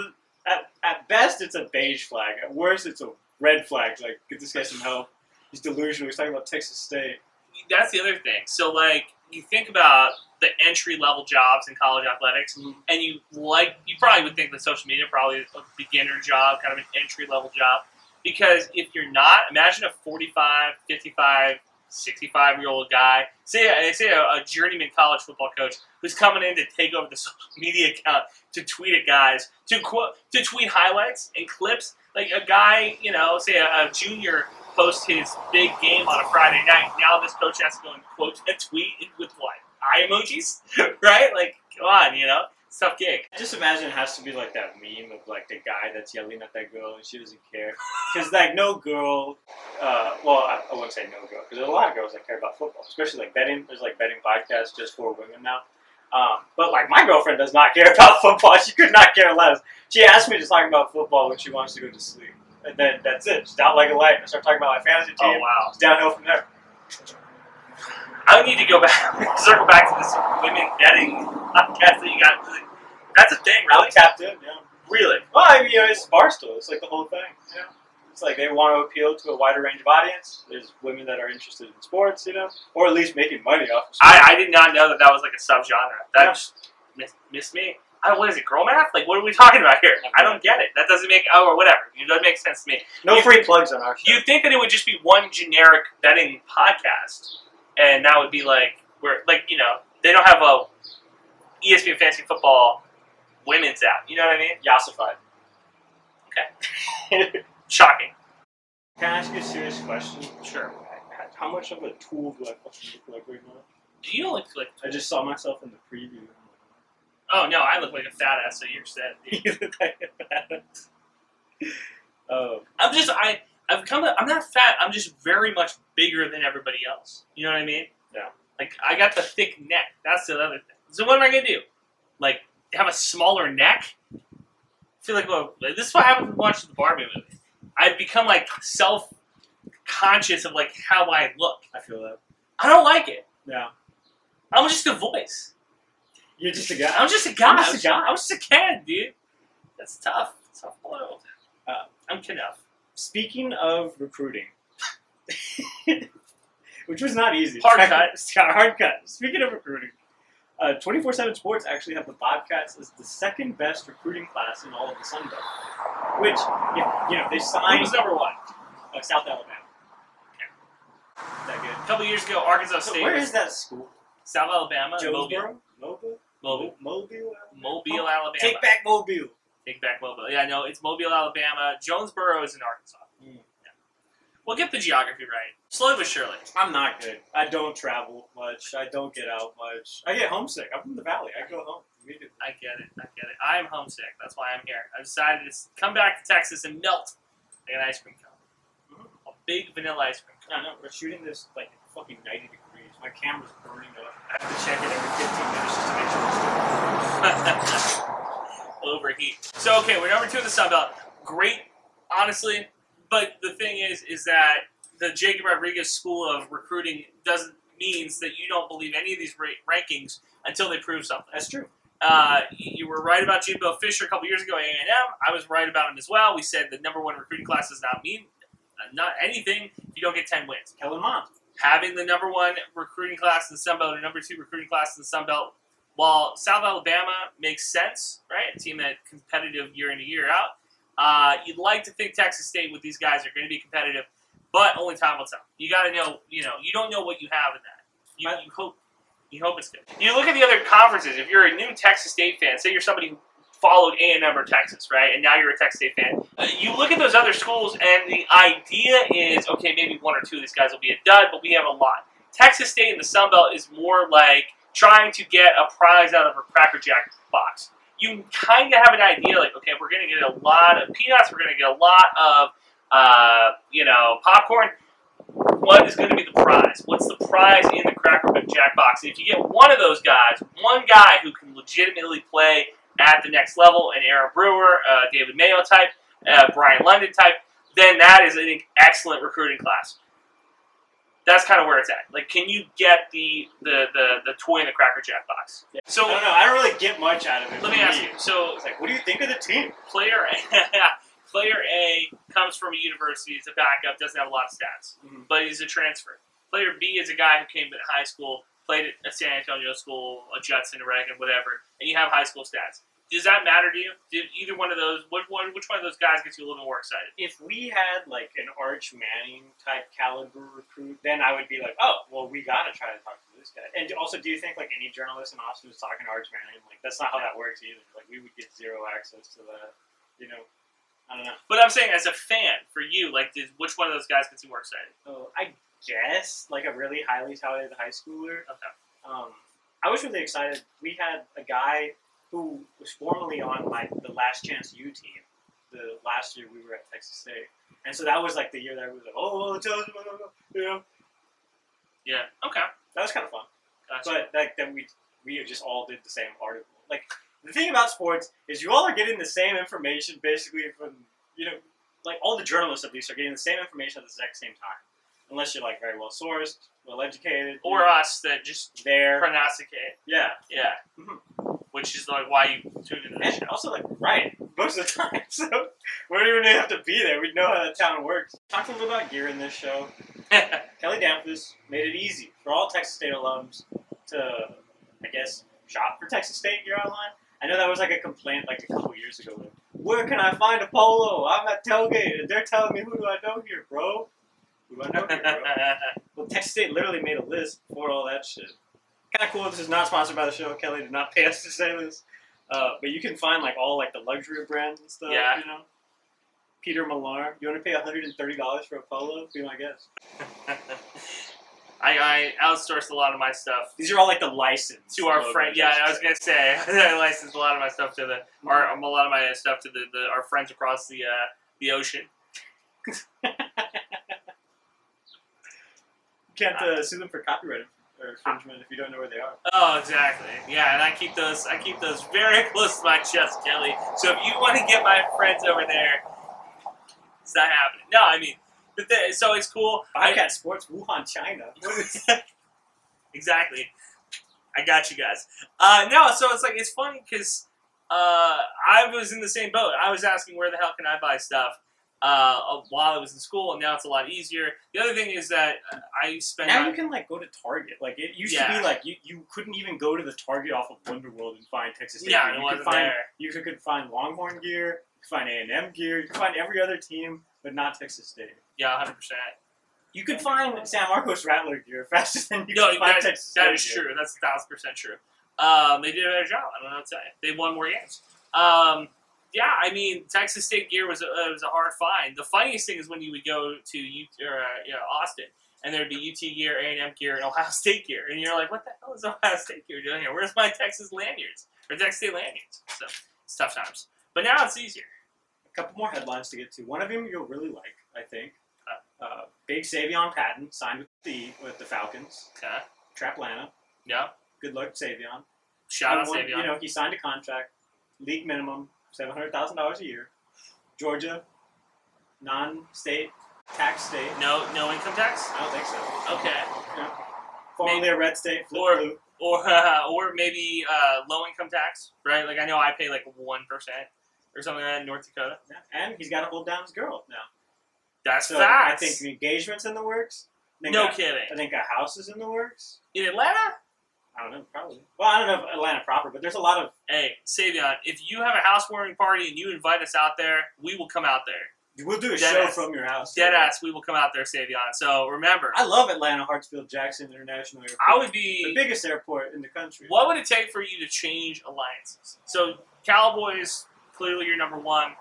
Speaker 1: at, at best it's a beige flag. At worst it's a red flag. Like, get this guy some help. He's delusional. He's talking about Texas State.
Speaker 2: That's the other thing. So like you think about the entry level jobs in college athletics,
Speaker 1: Mhm.
Speaker 2: and you like you probably would think that social media probably is a beginner job, kind of an entry level job, because if you're not, imagine a 45, 55, 65 year old guy, say say a, a journeyman college football coach who's coming in to take over the [laughs] social media account to tweet at guys, to quote, to tweet highlights and clips. Like a guy, you know, say a, a junior posts his big game on a Friday night. Now this coach has to go and quote a tweet with what eye emojis, [laughs] right? Like, come on, you know, it's a tough gig.
Speaker 1: I just imagine it has to be like that meme of like the guy that's yelling at that girl and she doesn't care. Because like no girl, uh, well I, I wouldn't say no girl because there's a lot of girls that care about football, especially like betting. There's like betting podcasts just for women now. Um, but like my girlfriend does not [laughs] care about football. She could not care less. She asked me to talk about football when she wants to go to sleep, and then that's it. She's out like a light. I start talking about my fantasy team.
Speaker 2: Oh wow,
Speaker 1: It's downhill from there.
Speaker 2: I need to go back, [laughs] circle [laughs] back to this women betting podcast that you got. That's a thing,
Speaker 1: I'm
Speaker 2: really.
Speaker 1: tapped in. Yeah.
Speaker 2: Really?
Speaker 1: Well, I mean, you know, it's Barstool. It's like the whole thing. You know? It's like they want to appeal to a wider range of audience. There's women that are interested in sports, you know, or at least making money off of sports.
Speaker 2: I, I did not know that that was like a subgenre. That
Speaker 1: Yeah.
Speaker 2: just miss- missed me. I don't, what is it, girl math? Like, what are we talking about here? I don't get it. That doesn't make, oh, or whatever. It doesn't make sense to me.
Speaker 1: no
Speaker 2: you-
Speaker 1: free plugs on our show. [laughs]
Speaker 2: You'd think that it would just be one generic betting podcast, and that would be like, where, like, you know, they don't have a E ESPN Fantasy Football women's app. You know what I mean?
Speaker 1: Yassified.
Speaker 2: Shocking.
Speaker 1: Can I ask you a serious question?
Speaker 2: Sure.
Speaker 1: How much of a tool do I fucking look like right now?
Speaker 2: Do you look like,
Speaker 1: I just saw myself in the preview. [laughs]
Speaker 2: oh no, I look like a fat ass, so you're [laughs] set. dude.
Speaker 1: You look like that. [laughs] Oh,
Speaker 2: I'm just I I've come i I'm not fat. I'm just very much bigger than everybody else. You know what I mean?
Speaker 1: Yeah.
Speaker 2: Like I got the thick neck. That's the other thing. So what am I gonna do? Like have a smaller neck? I feel like well, this is what happened when watching the Barbie movie. I've become like self conscious of like how I look.
Speaker 1: I feel that.
Speaker 2: I don't like it.
Speaker 1: Yeah.
Speaker 2: I'm just a voice.
Speaker 1: You're just a guy.
Speaker 2: I'm just a guy.
Speaker 1: I'm
Speaker 2: I'm
Speaker 1: just a
Speaker 2: just,
Speaker 1: guy.
Speaker 2: I'm just a kid, dude. That's tough. Tough world.
Speaker 1: Uh,
Speaker 2: I'm enough.
Speaker 1: Speaking of recruiting, [laughs] which was not easy.
Speaker 2: Hard cut.
Speaker 1: Hard cut. Speaking of recruiting, uh, 24-7 Sports actually have the Bobcats as the second best recruiting class in all of the Sun Belt. Which, if, you know, they
Speaker 2: Who
Speaker 1: signed
Speaker 2: was number one?
Speaker 1: uh, South Alabama. That good.
Speaker 2: A couple years ago, Arkansas
Speaker 1: So
Speaker 2: State.
Speaker 1: where
Speaker 2: was
Speaker 1: is that school?
Speaker 2: South Alabama, Mobile,
Speaker 1: Jonesboro? Mobile?
Speaker 2: Mobile,
Speaker 1: Mobile?
Speaker 2: Mobile, Alabama.
Speaker 1: Take back Mobile.
Speaker 2: Take back Mobile. Yeah, no, it's Mobile, Alabama. Jonesboro is in Arkansas.
Speaker 1: Mm.
Speaker 2: Yeah. We'll get the geography right, slowly but surely.
Speaker 1: I'm not good. I don't travel much. I don't get out much. I get homesick. I'm from the valley. I go home immediately.
Speaker 2: I get it. I get it. I am homesick. That's why I'm here. I decided to s- come back to Texas and melt like an ice cream cone, a big vanilla ice cream cone.
Speaker 1: Mm-hmm. I know, we're shooting this like at fucking 90 degrees. My camera's burning up. I have to check it every 15 minutes just to make sure it's still
Speaker 2: [laughs] overheat. So okay, we're number two in the Sun Belt. Great, honestly. But the thing is, is that the Jacob Rodriguez school of recruiting doesn't means that you don't believe any of these ra- rankings until they prove something.
Speaker 1: That's true.
Speaker 2: Uh, you were right about Jimbo Fisher a couple years ago. A and M. I was right about him as well. We said the number one recruiting class does not mean uh, not anything if you don't get ten wins
Speaker 1: Kellen Mond.
Speaker 2: having the number one recruiting class in the Sun Belt or number two recruiting class in the Sun Belt, while South Alabama makes sense, right? A team that competitive year in and year out. Uh, you'd like to think Texas State with these guys are going to be competitive, but only time will tell. You got to know, you know, you don't know what you have in that. You, you hope, you hope it's good. You look at the other conferences. If you're a new Texas State fan, say you're somebody who followed A and M or Texas, right, and now you're a Texas State fan, uh, you look at those other schools, and the idea is okay, maybe one or two of these guys will be a dud, but we have a lot. Texas State in the Sun Belt is more like trying to get a prize out of a Cracker Jack box. You kind of have an idea, like okay, we're going to get a lot of peanuts, we're going to get a lot of uh, you know popcorn. What is going to be the prize? What's the prize in the Cracker Jack box? And if you get one of those guys, one guy who can legitimately play at the next level, an Aaron Brewer, uh, David Mayo type uh, Brian London type, then that is an excellent recruiting class. That's kind of where it's at. Like, can you get the the the, the toy in the Cracker Jack box? So
Speaker 1: I don't know. I don't really get much out of it.
Speaker 2: let me ask you. So
Speaker 1: It's like, what do you think of the team?
Speaker 2: player [laughs] player A comes from a university, is a backup, doesn't have a lot of stats,
Speaker 1: Mhm.
Speaker 2: but he's a transfer. Player B is a guy who came to high school, played at a San Antonio school, a Judson, a Reagan, whatever, and you have high school stats. Does that matter to you? Did either one of those? Which one? Which one of those guys gets you a little more excited?
Speaker 1: If we had like an Arch Manning type caliber recruit, then I would be like, oh, well, we gotta try to talk to this guy. And also, do you think like any journalist in Austin is talking to Arch Manning? Like, that's not how that works either. Like, we would get zero access to that. You know, I don't know.
Speaker 2: But I'm saying, as a fan, for you, like, did, which one of those guys gets you more excited?
Speaker 1: So I guess like a really highly touted high schooler.
Speaker 2: Okay.
Speaker 1: Um, I was really excited. We had a guy who was formerly on my the Last Chance U team. The last year we were at Texas State, and so that was like the year that I was like, oh, tell us about it," you know,
Speaker 2: Yeah. Okay.
Speaker 1: that was kind of fun.
Speaker 2: Gotcha.
Speaker 1: But like then we we just all did the same article. Like the thing about sports is you all are getting the same information basically from you know like all the journalists at least are getting the same information at the exact same time, unless you're like very well sourced, well educated,
Speaker 2: uh, or us that just
Speaker 1: there.
Speaker 2: pronosticate.
Speaker 1: Yeah,
Speaker 2: Yeah.
Speaker 1: Mhm.
Speaker 2: which is like why you tune into
Speaker 1: And
Speaker 2: this show.
Speaker 1: also, like, riot most of the [laughs] time. So we don't even have to be there. We know how that town works. Talked a little about gear in this show. Kelly Danfus made it easy for all Texas State alums to, I guess, shop for Texas State gear online. I know that was like a complaint like a couple years ago. Like, Where can I find a polo? I'm at tailgate. and They're telling me who do I know here, bro? Who do I know here, bro?
Speaker 2: [laughs]
Speaker 1: Well, Texas State literally made a list for all that shit. Kind of cool. This is not sponsored by the show. Kelly did not pay us to say this, uh, but you can find like all like the luxury brands and stuff.
Speaker 2: Yeah.
Speaker 1: You know, Peter Millar. You want to pay one hundred and thirty dollars for a polo? Be my guest.
Speaker 2: I, I outsourced a lot of my stuff
Speaker 1: These are all like the license
Speaker 2: to our
Speaker 1: logos.
Speaker 2: friend. Yeah, I was gonna say [laughs] I licensed a lot of my stuff to the our, um, a lot of my stuff to the, the our friends across the uh, the ocean.
Speaker 1: You can't uh, sue them for copyright or infringement if you don't know where they are.
Speaker 2: Oh, exactly. Yeah, and I keep those I keep those very [laughs] close to my chest, Kelly. So if you want to get my friends over there, it's not happening. No, I mean, the th- so it's cool. I,
Speaker 1: Bobcat Sports, Wuhan, China.
Speaker 2: [laughs] exactly. I got you guys. Uh, no, so it's like it's funny because uh, I was in the same boat. I was asking where the hell can I buy stuff uh, while I was in school, and now it's a lot easier. The other thing is that uh, I spend
Speaker 1: Now
Speaker 2: my-
Speaker 1: you can like go to Target. Like it used to
Speaker 2: Yeah.
Speaker 1: be like you, you couldn't even go to the Target off of Wonderworld and find Texas State.
Speaker 2: yeah,
Speaker 1: gear.
Speaker 2: it
Speaker 1: you could
Speaker 2: wasn't
Speaker 1: find
Speaker 2: there.
Speaker 1: you could, could find Longhorn gear, you could find A and M gear, you could find every other team, but not Texas State.
Speaker 2: Yeah, hundred percent.
Speaker 1: You could find San Marcos Rattler gear [laughs] faster than you
Speaker 2: No,
Speaker 1: could find
Speaker 2: that-
Speaker 1: Texas State.
Speaker 2: That is true. That's a thousand percent true. Um, they did a better job. I don't know what to tell you. They won more games. Um, yeah, I mean, Texas State gear was a, uh, was a hard find. The funniest thing is when you would go to U- or, uh, you know, Austin, and there'd be UT gear, A and M gear, and Ohio [laughs] State gear, and you're like, what the hell is Ohio State gear doing here? Where's my Texas lanyards or Texas State lanyards? So it's tough times, but now it's easier.
Speaker 1: A couple more headlines to get to. One of them you'll really like, I think. Uh, Big Savion Patton signed with the with the Falcons.
Speaker 2: Okay.
Speaker 1: Traplana.
Speaker 2: Yeah.
Speaker 1: Good luck, Savion.
Speaker 2: Shout out
Speaker 1: And one-
Speaker 2: Savion.
Speaker 1: You know, he signed a contract, league minimum, seven hundred thousand dollars a year. Georgia, non-state tax state.
Speaker 2: no, no income tax.
Speaker 1: I don't think so.
Speaker 2: Okay.
Speaker 1: Formerly a red state, flip
Speaker 2: Or-
Speaker 1: blue.
Speaker 2: or [laughs] uh, or maybe uh, low income tax, right? Like I know I pay like one percent or something like that in North Dakota.
Speaker 1: Yeah, And he's got to hold down his girl now.
Speaker 2: That's
Speaker 1: So
Speaker 2: facts.
Speaker 1: I think the engagement's in the works. I think
Speaker 2: no
Speaker 1: a-
Speaker 2: kidding.
Speaker 1: I think a house is in the works.
Speaker 2: In Atlanta,
Speaker 1: I don't know, probably. Well, I don't know if Atlanta proper, but there's a lot of
Speaker 2: hey Savion, if you have a housewarming party and you invite us out there, we will come out there.
Speaker 1: we'll do a
Speaker 2: Dead
Speaker 1: show
Speaker 2: ass.
Speaker 1: from your house.
Speaker 2: Dead ass, we will come out there, Savion. So remember, I,
Speaker 1: I love Atlanta Hartsfield Jackson International Airport.
Speaker 2: would
Speaker 1: the
Speaker 2: be.
Speaker 1: biggest airport in the country.
Speaker 2: What would it take for you to change alliances? So Cowboys clearly your number one.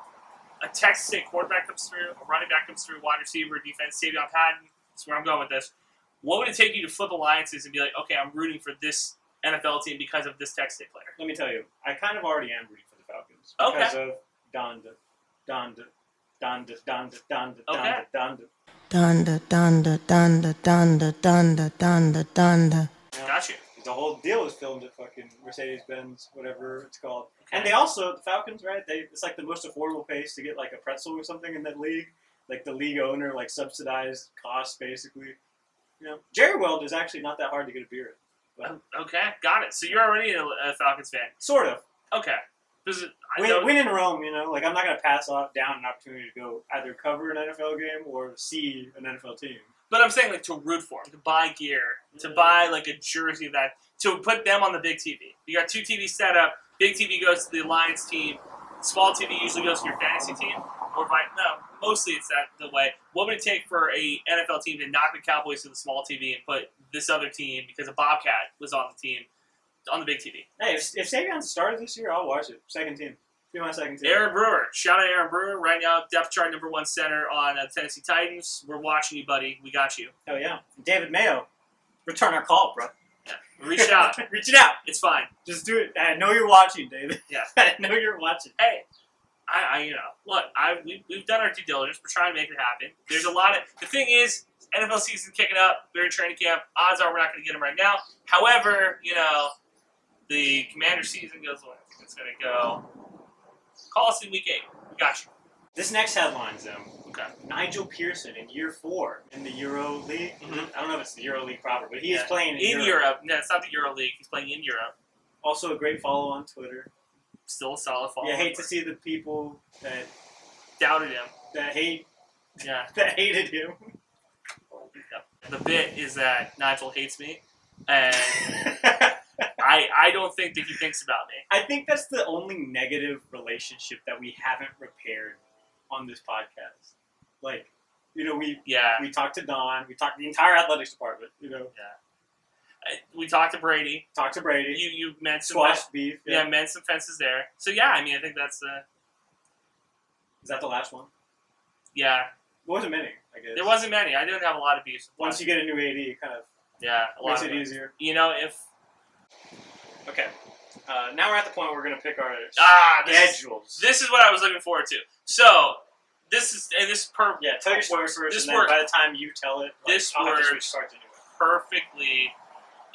Speaker 2: A Texas State quarterback comes through, a running back comes through, wide receiver, defense, Savion Patton. That's where I'm going with this. What would it take you to flip alliances and be like, okay, I'm rooting for this NFL team because of this Texas State player?
Speaker 1: Let me tell you, I kind of already am rooting for the Falcons
Speaker 2: Okay.
Speaker 1: because of Donda, Donda, Donda, Donda, Donda, Donda,
Speaker 2: Okay.
Speaker 1: Donda.
Speaker 3: Donda, donda, donda, donda, donda, donda, donda.
Speaker 1: Yeah.
Speaker 2: Gotcha.
Speaker 1: The whole deal was filmed at fucking Mercedes Benz, whatever it's called. And they also the Falcons, right? They it's like the most affordable place to get like a pretzel or something in that league. Like the league owner like subsidized costs basically. You know, Jerry Weld is actually not that hard to get a beer. At. But,
Speaker 2: Okay, got it. So you're already a, a Falcons fan.
Speaker 1: sort of.
Speaker 2: Okay. Does it- I
Speaker 1: Win,
Speaker 2: don't-
Speaker 1: win in Rome, you know. Like I'm not gonna pass off down an opportunity to go either cover an NFL game or see an NFL team.
Speaker 2: But I'm saying like to root for 'em, to buy gear, to buy like a jersey that to put them on the big TV. You got two TV set up. Big TV goes to the Alliance team. Small TV usually goes to your fantasy team. Or by no, mostly it's that the way. What would it take for a NFL team to knock the Cowboys to the small TV and put this other team because a Bobcat was on the team on the big TV?
Speaker 1: Hey, if, if Savion started this year, I'll watch it. Second team. Be my second team.
Speaker 2: Aaron Brewer, shout out Aaron Brewer right now, depth chart number one center on uh, Tennessee Titans. We're watching you, buddy. We got you.
Speaker 1: Hell yeah. David Mayo. Return our call, bro.
Speaker 2: Reach out.
Speaker 1: [laughs] Reach it out.
Speaker 2: it's fine.
Speaker 1: Just do it. I know you're watching, David.
Speaker 2: Yeah.
Speaker 1: [laughs] I know you're watching.
Speaker 2: hey, I, I you know, look, I we, we've done our due diligence. We're trying to make it happen. There's a lot of the thing is NFL season kicking up. We're in training camp. Odds are we're not going to get them right now. However, you know, the Commander season goes away. It's going to go. Call us in week eight. We got you.
Speaker 1: This next headline's them.
Speaker 2: Okay.
Speaker 1: Nigel Pearson in year four in the Euro League.
Speaker 2: Mhm.
Speaker 1: I don't know if it's the Euro League proper, but he is
Speaker 2: Yeah.
Speaker 1: playing in,
Speaker 2: In Europe, no, it's not the Euro League. He's playing in Europe.
Speaker 1: Also a great follow on Twitter.
Speaker 2: Still a solid follow.
Speaker 1: Yeah, I hate to see the people that
Speaker 2: doubted him.
Speaker 1: that hate [laughs]
Speaker 2: Yeah.
Speaker 1: that hated him. [laughs]
Speaker 2: The bit is that Nigel hates me, and I I don't think that he thinks about me.
Speaker 1: I think that's the only negative relationship that we haven't repaired on this podcast. Like, you know, we
Speaker 2: Yeah.
Speaker 1: we talked to Don, we talked to the entire athletics department, you know,
Speaker 2: I- We talked to Brady.
Speaker 1: talked to Brady,
Speaker 2: You you mentioned
Speaker 1: squash beef.
Speaker 2: Yeah, yeah mentioned fences there. So yeah, I mean I think that's uh
Speaker 1: Is that the last one?
Speaker 2: yeah.
Speaker 1: There wasn't many, I guess.
Speaker 2: There wasn't many. I didn't have a lot of beefs.
Speaker 1: Once you get a new AD, it kind of
Speaker 2: yeah, a lot
Speaker 1: makes
Speaker 2: of
Speaker 1: it
Speaker 2: them.
Speaker 1: easier.
Speaker 2: You know if
Speaker 1: Okay. Uh, now we're at the point where we're going to pick our
Speaker 2: ah this, is-
Speaker 1: schedules.
Speaker 2: this is what I was looking forward to. So this is and this is per
Speaker 1: yeah, tell your story
Speaker 2: works-
Speaker 1: first,
Speaker 2: this
Speaker 1: and then
Speaker 2: works.
Speaker 1: by the time you tell it, like,
Speaker 2: This
Speaker 1: I'll have to switch
Speaker 2: works.
Speaker 1: cards anyway.
Speaker 2: perfectly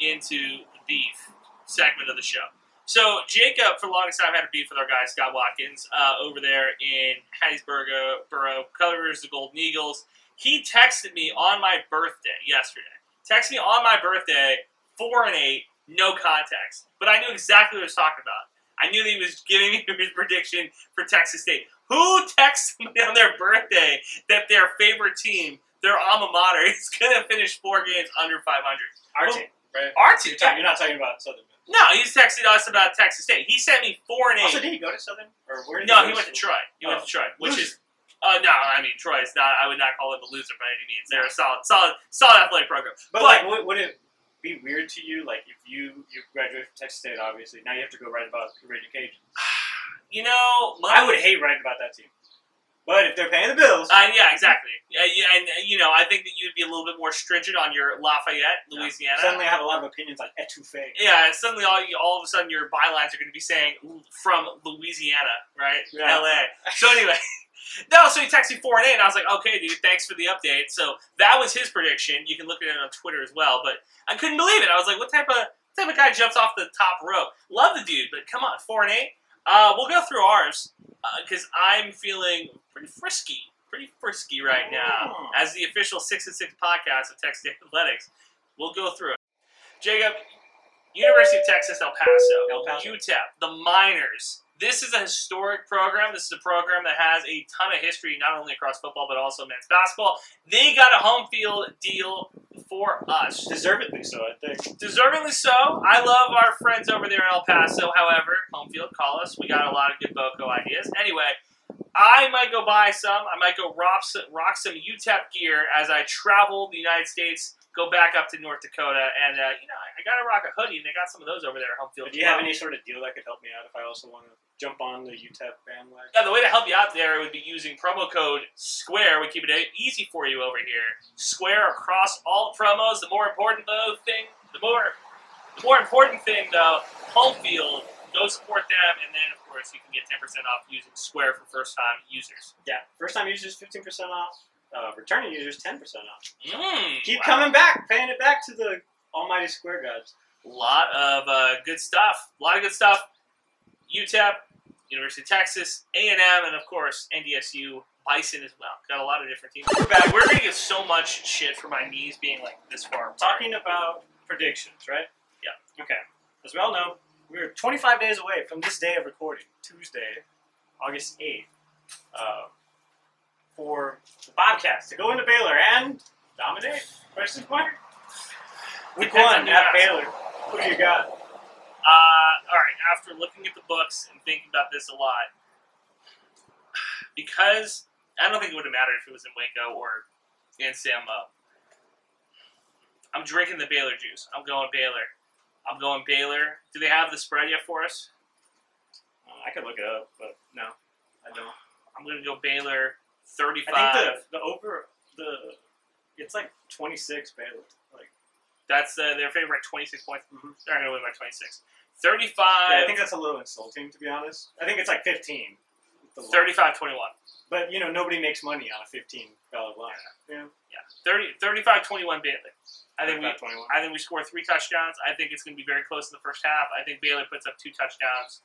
Speaker 2: into the beef segment of the show. So Jacob, for the longest time, had a beef with our guy Scott Watkins uh, over there in Hattiesburg, uh, Borough, covers the Golden Eagles. He texted me on my birthday yesterday. Texted me on my birthday, four and eight, no context. But I knew exactly what he was talking about. I knew that he was giving [laughs] me his prediction for Texas State. Who texts somebody on their birthday that their favorite team, their alma mater, [laughs] is going to finish four games under 500?
Speaker 1: Our
Speaker 2: Well,
Speaker 1: team, right?
Speaker 2: Our team.
Speaker 1: You're, talking, you're not talking about Southern Miss.
Speaker 2: No, he's texted us about Texas State. He sent me four and eight.
Speaker 1: Also, did he go to Southern? Or where did
Speaker 2: no,
Speaker 1: go
Speaker 2: he went to Troy. He went
Speaker 1: Oh.
Speaker 2: to Troy, which
Speaker 1: Loser.
Speaker 2: is uh, no. I mean, Troy is not. I would not call him a loser by any means. They're a solid, solid, solid athletic program.
Speaker 1: But,
Speaker 2: But-
Speaker 1: like, would, would it be weird to you, like, if you you graduated from Texas State, obviously, now you have to go write about your education?
Speaker 2: You know, my,
Speaker 1: I would hate writing about that team. But if they're paying the bills,
Speaker 2: Uh, yeah, exactly. Yeah, yeah, and uh, you know, I think that you'd be a little bit more stringent on your Lafayette,
Speaker 1: Yeah.
Speaker 2: Louisiana.
Speaker 1: suddenly I have a lot of opinions on etouffee.
Speaker 2: yeah, and suddenly all you, all of a sudden your bylines are going to be saying from Louisiana, right?
Speaker 1: Yeah.
Speaker 2: L.A. So anyway, [laughs] no. So he texted me four and eight, and I was like, okay, dude, thanks for the update. So that was his prediction. You can look at it on Twitter as well. But I couldn't believe it. I was like, what type of type of guy jumps off the top rope? Love the dude, but come on, four and eight. Uh, we'll go through ours because I'm feeling pretty frisky, pretty frisky right now
Speaker 1: Oh.
Speaker 2: as the official six and six podcast of Texas State Athletics. We'll go through it. Jacob, University of Texas, El Paso,
Speaker 1: El Paso.
Speaker 2: UTEP, the Miners. This is a historic program. This is a program that has a ton of history, not only across football but also men's basketball. They got a home field deal for us.
Speaker 1: Deservedly so, I think.
Speaker 2: Deservingly so. I love our friends over there in El Paso. However, home field, call us. We got a lot of good Boco ideas. Anyway, I might go buy some. I might go rock some, rock some UTEP gear as I travel the United States, go back up to North Dakota, and uh, you know I, I gotta rock a hoodie, and they got some of those over there. at Home field.
Speaker 1: But do you have
Speaker 2: as well.
Speaker 1: any sort of deal that could help me out if I also want to jump on the UTEP bandwagon?
Speaker 2: Yeah, the way to help you out there would be using promo code SQUARE. We keep it easy for you over here. SQUARE across all promos. The more important though thing, the more the more important thing though, home field. Go support them, and then of course you can get ten percent off using Square for first time users.
Speaker 1: Yeah, first time users 15% off, uh, returning users 10% off.
Speaker 2: Mm,
Speaker 1: Keep
Speaker 2: wow.
Speaker 1: coming back, paying it back to the almighty square gods.
Speaker 2: lot of uh, good stuff. A lot of good stuff. UTEP, University of Texas, A and M, and of course NDSU Bison as well. Got a lot of different teams. We're back. We're gonna get so much shit for my knees being like this far. apart.
Speaker 1: Talking about predictions, right?
Speaker 2: Yeah.
Speaker 1: Okay. As we all know, we're 25 days away from this day of recording, Tuesday, August 8th, uh, for the Bobcats to go into Baylor and dominate. Question mark? Week
Speaker 2: Depends
Speaker 1: one
Speaker 2: on who
Speaker 1: at
Speaker 2: you
Speaker 1: Baylor. Who do you got?
Speaker 2: Uh, all right. After looking at the books and thinking about this a lot, because I don't think it would have mattered if it was in Waco or in San Mo. I'm drinking the Baylor juice. I'm going Baylor. I'm going Baylor. Do they have the spread yet for us?
Speaker 1: Uh, I could look it up, but no, I don't.
Speaker 2: I'm gonna go Baylor
Speaker 1: I
Speaker 2: 35.
Speaker 1: think the, the over the it's like 26 Baylor. Like
Speaker 2: that's uh, their favorite 26 points.
Speaker 1: Mhm.
Speaker 2: They're gonna win by 26. 35.
Speaker 1: yeah, I think that's a little insulting to be honest. I think it's like 15. with the line.
Speaker 2: 35 21.
Speaker 1: But you know nobody makes money on a 15 dollar line. Yeah.
Speaker 2: 30, 35 21 Baylor. I think we.
Speaker 1: 21.
Speaker 2: I think we score three touchdowns. I think it's going to be very close in the first half. I think Baylor puts up two touchdowns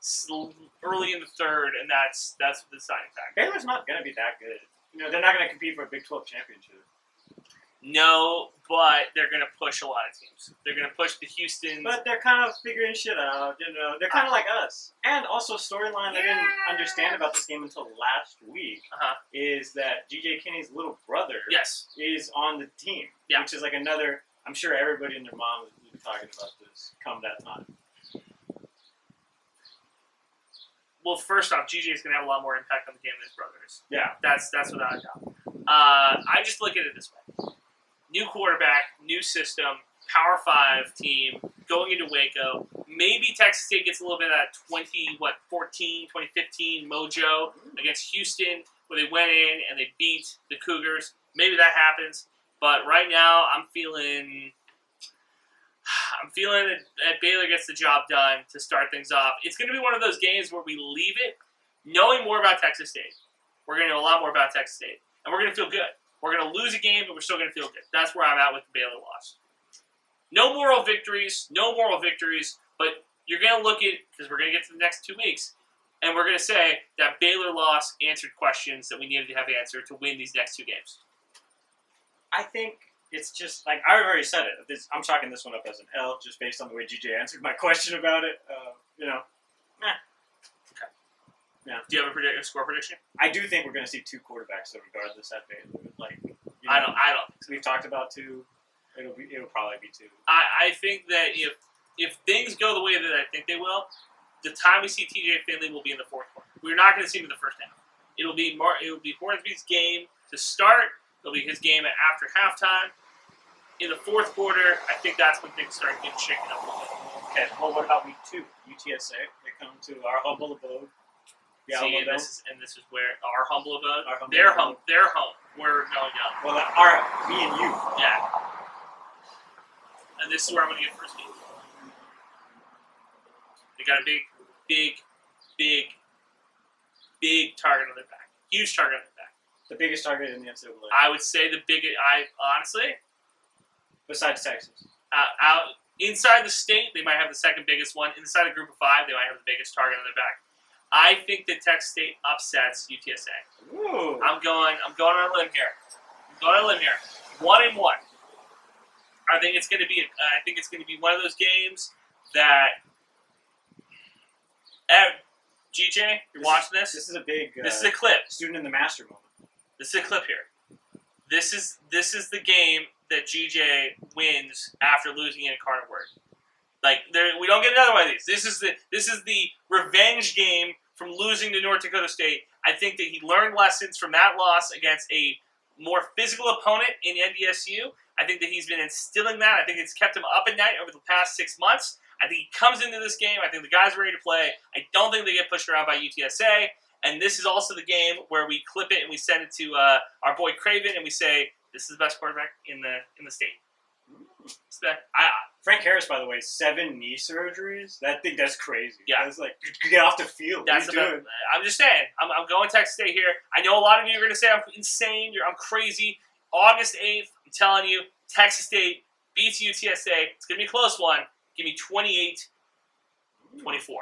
Speaker 2: sl- early in the third, and that's that's the deciding factor.
Speaker 1: Baylor's not gonna be that good. You know they're not gonna compete for a Big 12 championship.
Speaker 2: No, but they're going to push a lot of teams. They're going to push the Houston.
Speaker 1: But they're kind of figuring shit out, you know. They're kind of like us. And also, storyline I didn't understand about this game until last week
Speaker 2: Uh-huh.
Speaker 1: is that GJ Kinney's little brother
Speaker 2: yes.
Speaker 1: is on the team,
Speaker 2: Yeah.
Speaker 1: which is like another. I'm sure everybody and their mom will be talking about this come that time.
Speaker 2: Well, first off, GJ is going to have a lot more impact on the game than his brothers.
Speaker 1: Yeah.
Speaker 2: That's that's without a doubt. Uh, I just look at it this way: new quarterback, new system, Power Five team going into Waco. Maybe Texas State gets a little bit of that twenty what 14, 2015 mojo against Houston, where they went in and they beat the Cougars. Maybe that happens, but right now I'm feeling. I'm feeling that, that Baylor gets the job done to start things off. It's going to be one of those games where we leave it knowing more about Texas State. We're going to know a lot more about Texas State, and we're going to feel good. We're going to lose a game, but we're still going to feel good. That's where I'm at with the Baylor loss. No moral victories, no moral victories, but you're going to look at because we're going to get to the next two weeks, and we're going to say that Baylor loss answered questions that we needed to have answered to win these next two games.
Speaker 1: I think it's just like I've already said it. This, I'm chalking this one up as an L, just based on the way GJ answered my [laughs] question about it. Uh, you know,
Speaker 2: Do you have a, predict- a score prediction?
Speaker 1: I do think we're going to see two quarterbacks, though, regardless at Baylor. Like, you know,
Speaker 2: I don't. I don't.
Speaker 1: We've talked about two. It'll be. It'll probably be two.
Speaker 2: I, I think that if if things go the way that I think they will, the time we see TJ Finley will be in the fourth quarter. We're not going to see him in the first half. It'll be Mar- it'll be Hornsby's game to start. It'll be his game after halftime. In the fourth quarter, I think that's when things start getting shaken up a little bit.
Speaker 1: Okay. Well, what about week two? UTSA. They come to our humble abode. Yeah.
Speaker 2: See,
Speaker 1: well,
Speaker 2: and, this is, and this is where our humble abode,
Speaker 1: Our humble
Speaker 2: their
Speaker 1: abode.
Speaker 2: home, their home, we're going up.
Speaker 1: well, our me and you.
Speaker 2: Yeah. And this is where I'm going to get first game. They got a big, big, big, big target on their back. Huge target on their back.
Speaker 1: The biggest target in the NCAA,
Speaker 2: I would say the biggest, I honestly,
Speaker 1: besides Texas.
Speaker 2: uh, out inside the state, they might have the second biggest one. Inside the group of five, they might have the biggest target on their back. I think that Texas State upsets UTSA.
Speaker 1: Ooh.
Speaker 2: I'm going. I'm going on a limb here. I'm going on a limb here. One and one. I think it's going to be. I think it's going to be one of those games that. Eh, GJ, you're
Speaker 1: This-
Speaker 2: watching this.
Speaker 1: This is a big. Uh,
Speaker 2: This is a clip.
Speaker 1: student in the master moment.
Speaker 2: This is a clip here. This is this is the game that GJ wins after losing in a card word. Like there, we don't get another one of these. This is the this is the revenge game from losing to North Dakota State. I think that he learned lessons from that loss against a more physical opponent in NDSU. I think that he's been instilling that. I think it's kept him up at night over the past six months. I think he comes into this game. I think the guys are ready to play. I don't think they get pushed around by UTSA. And this is also the game where we clip it and we send it to uh, our boy Craven and we say, "This is the best quarterback in the in the state." It's the- I,
Speaker 1: Frank Harris, by the way, seven knee surgeries. That think that's crazy.
Speaker 2: Yeah.
Speaker 1: That's like get off the field.
Speaker 2: That's
Speaker 1: what are you
Speaker 2: about,
Speaker 1: doing?
Speaker 2: I'm just saying. I'm, I'm going Texas State here. I know a lot of you are going to say I'm insane. You're, I'm crazy. August 8th, I'm telling you, Texas State beats UTSA. It's going to be a close one. Give me 28 24.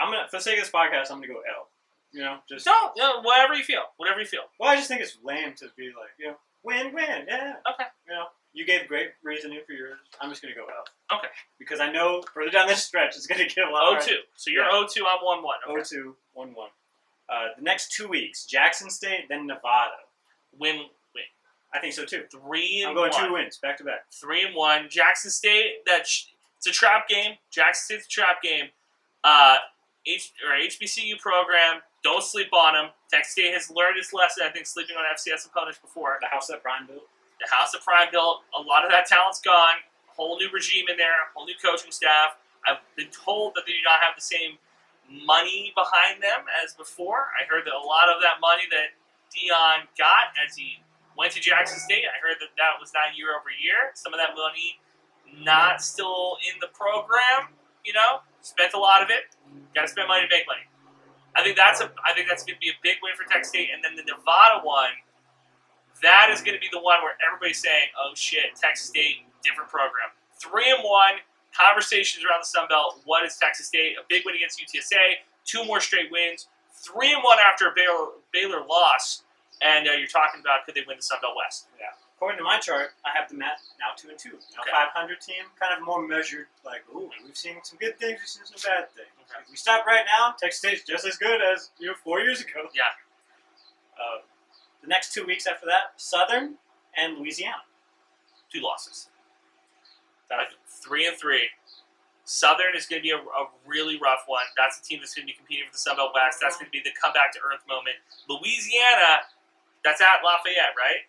Speaker 1: I'm gonna for the sake of this podcast, I'm gonna go L. You know, just
Speaker 2: So, you know, whatever you feel. Whatever you feel.
Speaker 1: Well, I just think it's lame to be like, you know, win, win, yeah.
Speaker 2: Okay.
Speaker 1: You know, you gave great reasoning for yours. I'm just gonna go out.
Speaker 2: Okay.
Speaker 1: Because I know further down this stretch, it's gonna get a lot.
Speaker 2: Oh two. So you're
Speaker 1: Yeah.
Speaker 2: oh two. I'm 1 1.
Speaker 1: O two one one. Uh, the next two weeks, Jackson State, then Nevada.
Speaker 2: Win, win.
Speaker 1: I think so too.
Speaker 2: 3 and
Speaker 1: I'm going
Speaker 2: 1.
Speaker 1: two wins back to back.
Speaker 2: three and one. Jackson State. That sh- it's a trap game. Jackson State's a trap game. Uh, H- or HBCU program. Don't sleep on them. Texas State has learned its lesson. I think sleeping on FCS opponents before.
Speaker 1: The house that Brian built.
Speaker 2: The house of Prime built. A lot of that talent's gone. A whole new regime in there. A whole new coaching staff. I've been told that they do not have the same money behind them as before. I heard that a lot of that money that Dion got as he went to Jackson State, I heard that that was not year over year. Some of that money not still in the program. You know, spent a lot of it. Got to spend money to make money. I think that's a. I think that's going to be a big win for Texas State, and then the Nevada one that is going to be the one where everybody's saying, "Oh shit, Texas State, different program, three and one." Conversations around the Sun Belt. What is Texas State? A big win against UTSA, two more straight wins, three and one after a Baylor, Baylor loss, and uh, you're talking about could they win the Sun Belt West?
Speaker 1: Yeah. according to my chart, I have the mat now two and two. Now
Speaker 2: Okay.
Speaker 1: 500 team, kind of more measured. Like, ooh, we've seen some good things, we've seen some bad things. If we stop right now, Texas State's just as good as you know four years ago.
Speaker 2: Yeah.
Speaker 1: [laughs] Uh, the next two weeks after that, Southern and Louisiana.
Speaker 2: two losses. That's three and three. Southern is going to be a, a really rough one. That's a team that's going to be competing for the Sun Belt West. That's going to be the comeback to earth moment. Louisiana, that's at Lafayette, right?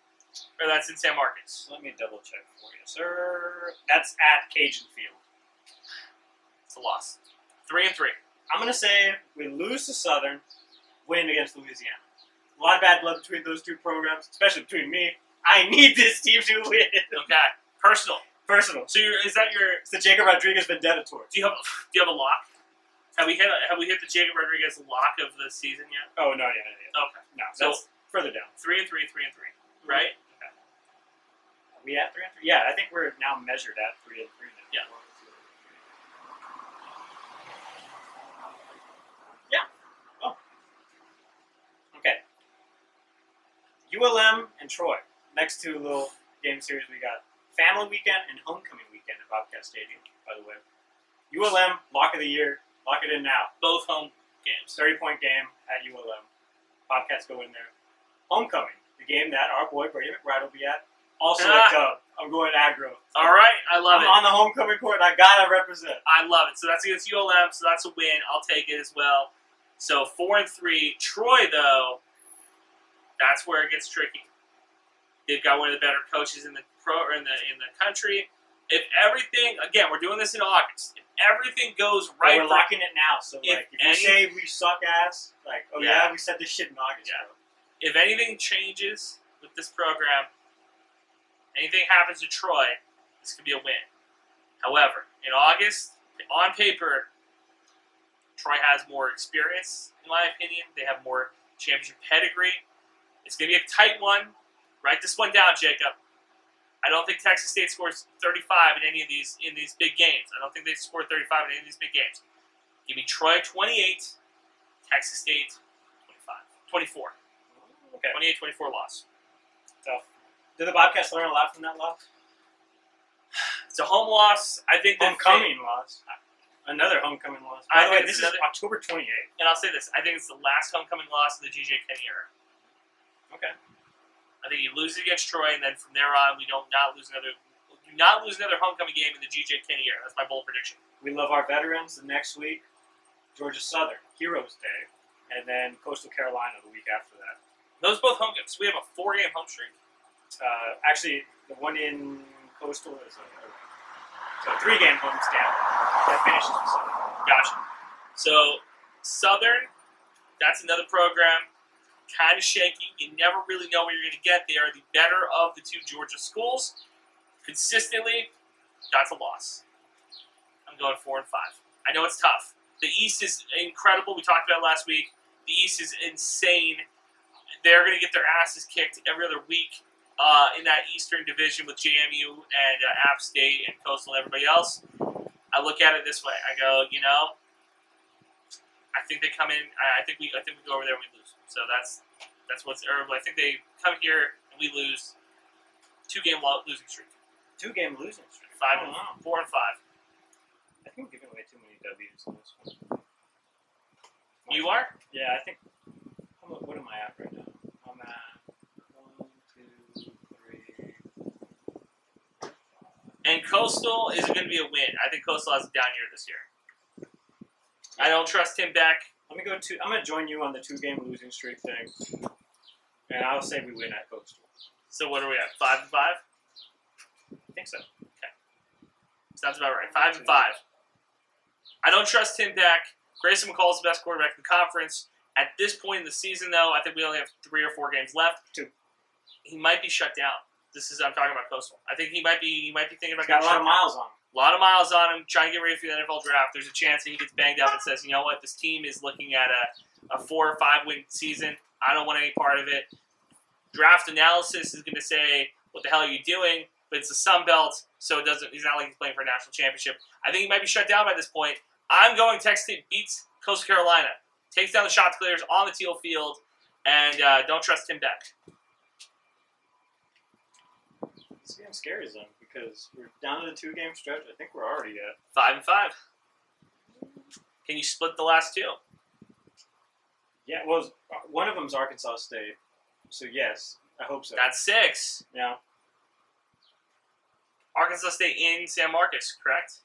Speaker 2: Or that's in San Marcos.
Speaker 1: So let me double check for you, sir. That's at Cajun Field.
Speaker 2: It's a loss. Three and three.
Speaker 1: I'm gonna say we lose to Southern, win against Louisiana. A lot of bad blood between those two programs, especially between me. I need this team to win.
Speaker 2: Okay. Personal.
Speaker 1: [laughs] Personal.
Speaker 2: So you're, is that your?
Speaker 1: It's the Jacob Rodriguez vendetta tour.
Speaker 2: Do you have? Do you have a lock? Have we hit? Have we hit the Jacob Rodriguez lock of the season yet?
Speaker 1: Oh no, yeah, yeah,
Speaker 2: Okay.
Speaker 1: yeah. no.
Speaker 2: So-
Speaker 1: That's further down.
Speaker 2: Three and three. Three and three. Right.
Speaker 1: Are we at three and three? Yeah, I think we're now measured at three and three. Now.
Speaker 2: Yeah.
Speaker 1: Yeah. Oh. Okay. ULM and Troy. Next two little game series we got Family Weekend and Homecoming Weekend at Bobcat Stadium, by the way. ULM, lock of the year. Lock it in now.
Speaker 2: Both home games.
Speaker 1: 30 point game at ULM. Bobcats go in there. Homecoming, the game that our boy Brady McBride will be at. Also
Speaker 2: Ah.
Speaker 1: a dub. I'm going aggro.
Speaker 2: All right. I love
Speaker 1: I'm
Speaker 2: it.
Speaker 1: on the homecoming court and I gotta represent.
Speaker 2: I love it. So that's against ULM. So that's a win. I'll take it as well. So four and three. Troy though, that's where it gets tricky. They've got one of the better coaches in the pro or in the in the country. If everything again, we're doing this in August. If everything goes right,
Speaker 1: Right, we're
Speaker 2: for-
Speaker 1: locking it now. So
Speaker 2: If
Speaker 1: like, if
Speaker 2: any-
Speaker 1: you say we suck ass, like, oh yeah,
Speaker 2: Yeah.
Speaker 1: we said this shit in August.
Speaker 2: Yeah.
Speaker 1: bro.
Speaker 2: if anything changes with this program, anything happens to Troy, this could be a win. However, in August, on paper, Troy has more experience, in my opinion. They have more championship pedigree. It's going to be a tight one. Write this one down, Jacob. I don't think Texas State scores 35 in any of these in these big games. I don't think they score 35 in any of these big games. Give me Troy 28, Texas State 25, 24.
Speaker 1: Okay.
Speaker 2: 28 24 loss.
Speaker 1: Tough. Did the Bobcats learn a lot from that loss?
Speaker 2: It's a home loss. I think that
Speaker 1: Homecoming loss. Another homecoming loss. By
Speaker 2: I
Speaker 1: the way,
Speaker 2: think
Speaker 1: this
Speaker 2: it's
Speaker 1: is
Speaker 2: another-
Speaker 1: October 28th.
Speaker 2: and I'll say this I think it's the last homecoming loss in the GJ Kenny era.
Speaker 1: Okay.
Speaker 2: I think you lose it against Troy, and then from there on, we don't not lose another do not lose another homecoming game in the GJ Kenny era. That's my bold prediction.
Speaker 1: We love our veterans. The next week, Georgia Southern, Heroes Day, and then Coastal Carolina the week after that.
Speaker 2: Those both home games. We have a four game home streak.
Speaker 1: Uh, actually, the one in Coastal is a, a three game homestand that finishes with Southern.
Speaker 2: Gotcha. So Southern, that's another program, kind of shaky. You never really know where you're going to get. They are the better of the two Georgia schools. Consistently, that's a loss. I'm going four and five. I know it's tough. The East is incredible. We talked about it last week. The East is insane. They're going to get their asses kicked every other week uh, in that Eastern Division with JMU and uh, App State and Coastal and everybody else. I look at it this way. I go, you know, I think they come in. I I think we. I think we go over there and we lose. So that's that's what's terrible. I think they come here and we lose two game lo- losing streak.
Speaker 1: Two game losing streak.
Speaker 2: Five
Speaker 1: Oh,
Speaker 2: and
Speaker 1: wow.
Speaker 2: four and five.
Speaker 1: I think we're giving away too many W's in this one.
Speaker 2: You are
Speaker 1: Yeah, I think. How mu- what am I at right now? I'm at one, two, three.
Speaker 2: and Coastal is going to be a win. I think Coastal has a down year this year. I don't trust him back.
Speaker 1: Let me go two. I'm gonna join you on the two game losing streak thing, and I'll say we win at Coastal.
Speaker 2: So what are we at? Five and five.
Speaker 1: I think so.
Speaker 2: Sounds about right. Five and five. I don't trust him back. Grayson McCall is the best quarterback in the conference. At this point in the season, though, I think we only have three or four games left.
Speaker 1: Two.
Speaker 2: He might be shut down. This is I'm talking about Coastal. I think he might be he might be thinking about
Speaker 1: It's got a
Speaker 2: getting
Speaker 1: lot of miles
Speaker 2: shut down.
Speaker 1: on.
Speaker 2: A lot of miles on him, trying to get ready for the NFL draft. There's a chance that he gets banged up and says, you know what, this team is looking at a, a four or five win season. I don't want any part of it. Draft analysis is going to say, what the hell are you doing? But it's the Sun Belt, so it doesn't. He's not like he's playing for a national championship. I think he might be shut down by this point. I'm going Texas State beats Coastal Carolina, takes down the shot clears on the teal field, and uh, don't trust him back.
Speaker 1: it's getting scary, then, because we're down to the two game stretch. I think we're already at.
Speaker 2: Five and five. Can you split the last two?
Speaker 1: Yeah, well, uh, one of them's Arkansas State, so yes, I hope so.
Speaker 2: That's six.
Speaker 1: yeah,
Speaker 2: Arkansas State in San Marcos, correct?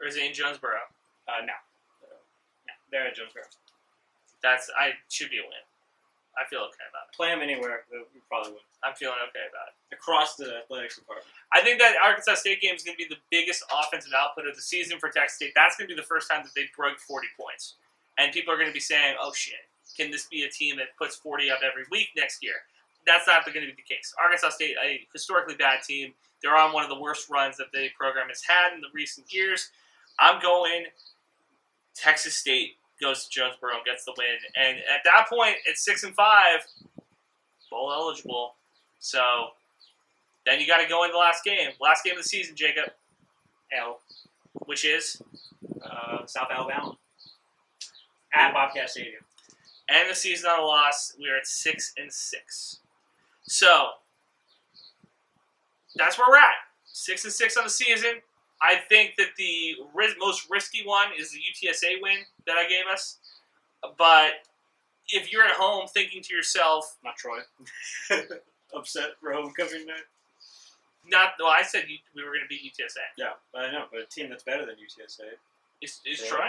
Speaker 2: Or is it in Jonesboro?
Speaker 1: uh, no, no, they're at Jonesboro.
Speaker 2: That's I should be a win. I feel okay about it.
Speaker 1: Play them anywhere, though, we probably would.
Speaker 2: I'm feeling okay about it.
Speaker 1: Across the athletics department.
Speaker 2: I think that Arkansas State game is going to be the biggest offensive output of the season for Texas State. That's going to be the first time that they broke 40 points. And people are going to be saying, oh shit, can this be a team that puts 40 up every week next year? That's not going to be the case. Arkansas State, a historically bad team, they're on one of the worst runs that the program has had in the recent years. I'm going Texas State goes to Jonesboro and gets the win. And at that point, it's 6 and 5, bowl eligible. So then you got to go in the last game, last game of the season, Jacob,
Speaker 1: L.
Speaker 2: which is
Speaker 1: Uh, South Alabama. At Bobcat Stadium.
Speaker 2: end the season on a loss. We are at six and six, so that's where we're at. Six and six on the season. I think that the ris- most risky one is the UTSA win that I gave us, but if you're at home thinking to yourself,
Speaker 1: Not Troy. [laughs] Upset for homecoming night.
Speaker 2: not well, I said you, we were going to beat UTSA.
Speaker 1: Yeah, I know, but a team that's better than UTSA,
Speaker 2: Is, is
Speaker 1: Yeah.
Speaker 2: Troy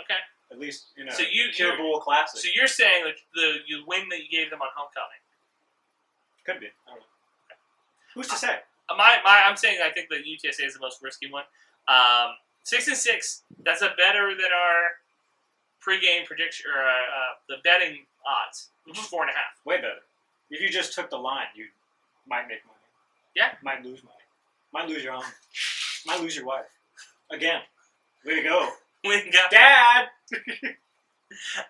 Speaker 2: okay?
Speaker 1: at least you know.
Speaker 2: So you-
Speaker 1: Kill
Speaker 2: you're-
Speaker 1: Bowl Classic
Speaker 2: So you're saying that the you win that you gave them on homecoming.
Speaker 1: could be. I don't know. Who's to say?
Speaker 2: Uh, my, my I'm saying I think the UTSA is the most risky one. Um, six and six. That's a better than our pregame prediction or uh, uh, the betting odds, which is four and a half. [laughs]
Speaker 1: Way better. If you just took the line, you might make money.
Speaker 2: Yeah.
Speaker 1: Might lose money. Might lose your home. Might lose your wife. Again. Way to go,
Speaker 2: We got-
Speaker 1: Dad.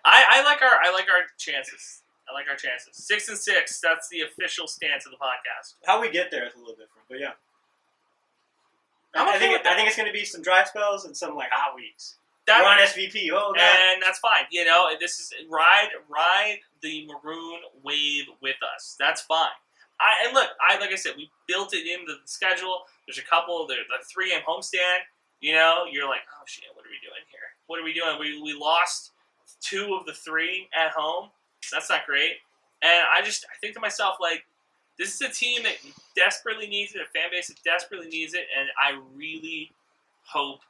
Speaker 2: I, I like our I like our chances. I like our chances. Six and six. That's the official stance of the podcast.
Speaker 1: How we get there is a little different, but yeah. I-
Speaker 2: I'm
Speaker 1: I
Speaker 2: okay
Speaker 1: think
Speaker 2: with that.
Speaker 1: I think it's going to be some dry spells and some like hot weeks.
Speaker 2: That-
Speaker 1: We're on SVP. Oh god.
Speaker 2: and that's fine. You know, this is ride ride the maroon wave with us. That's fine. I and look, I like I said, we built it into the schedule. There's a couple. There's the three M homestand. You know, you're like, oh shit, what are we doing here? What are we doing? We we lost two of the three at home. That's not great. And I just I think to myself like. This is a team that desperately needs it, a fan base that desperately needs it, and I really hope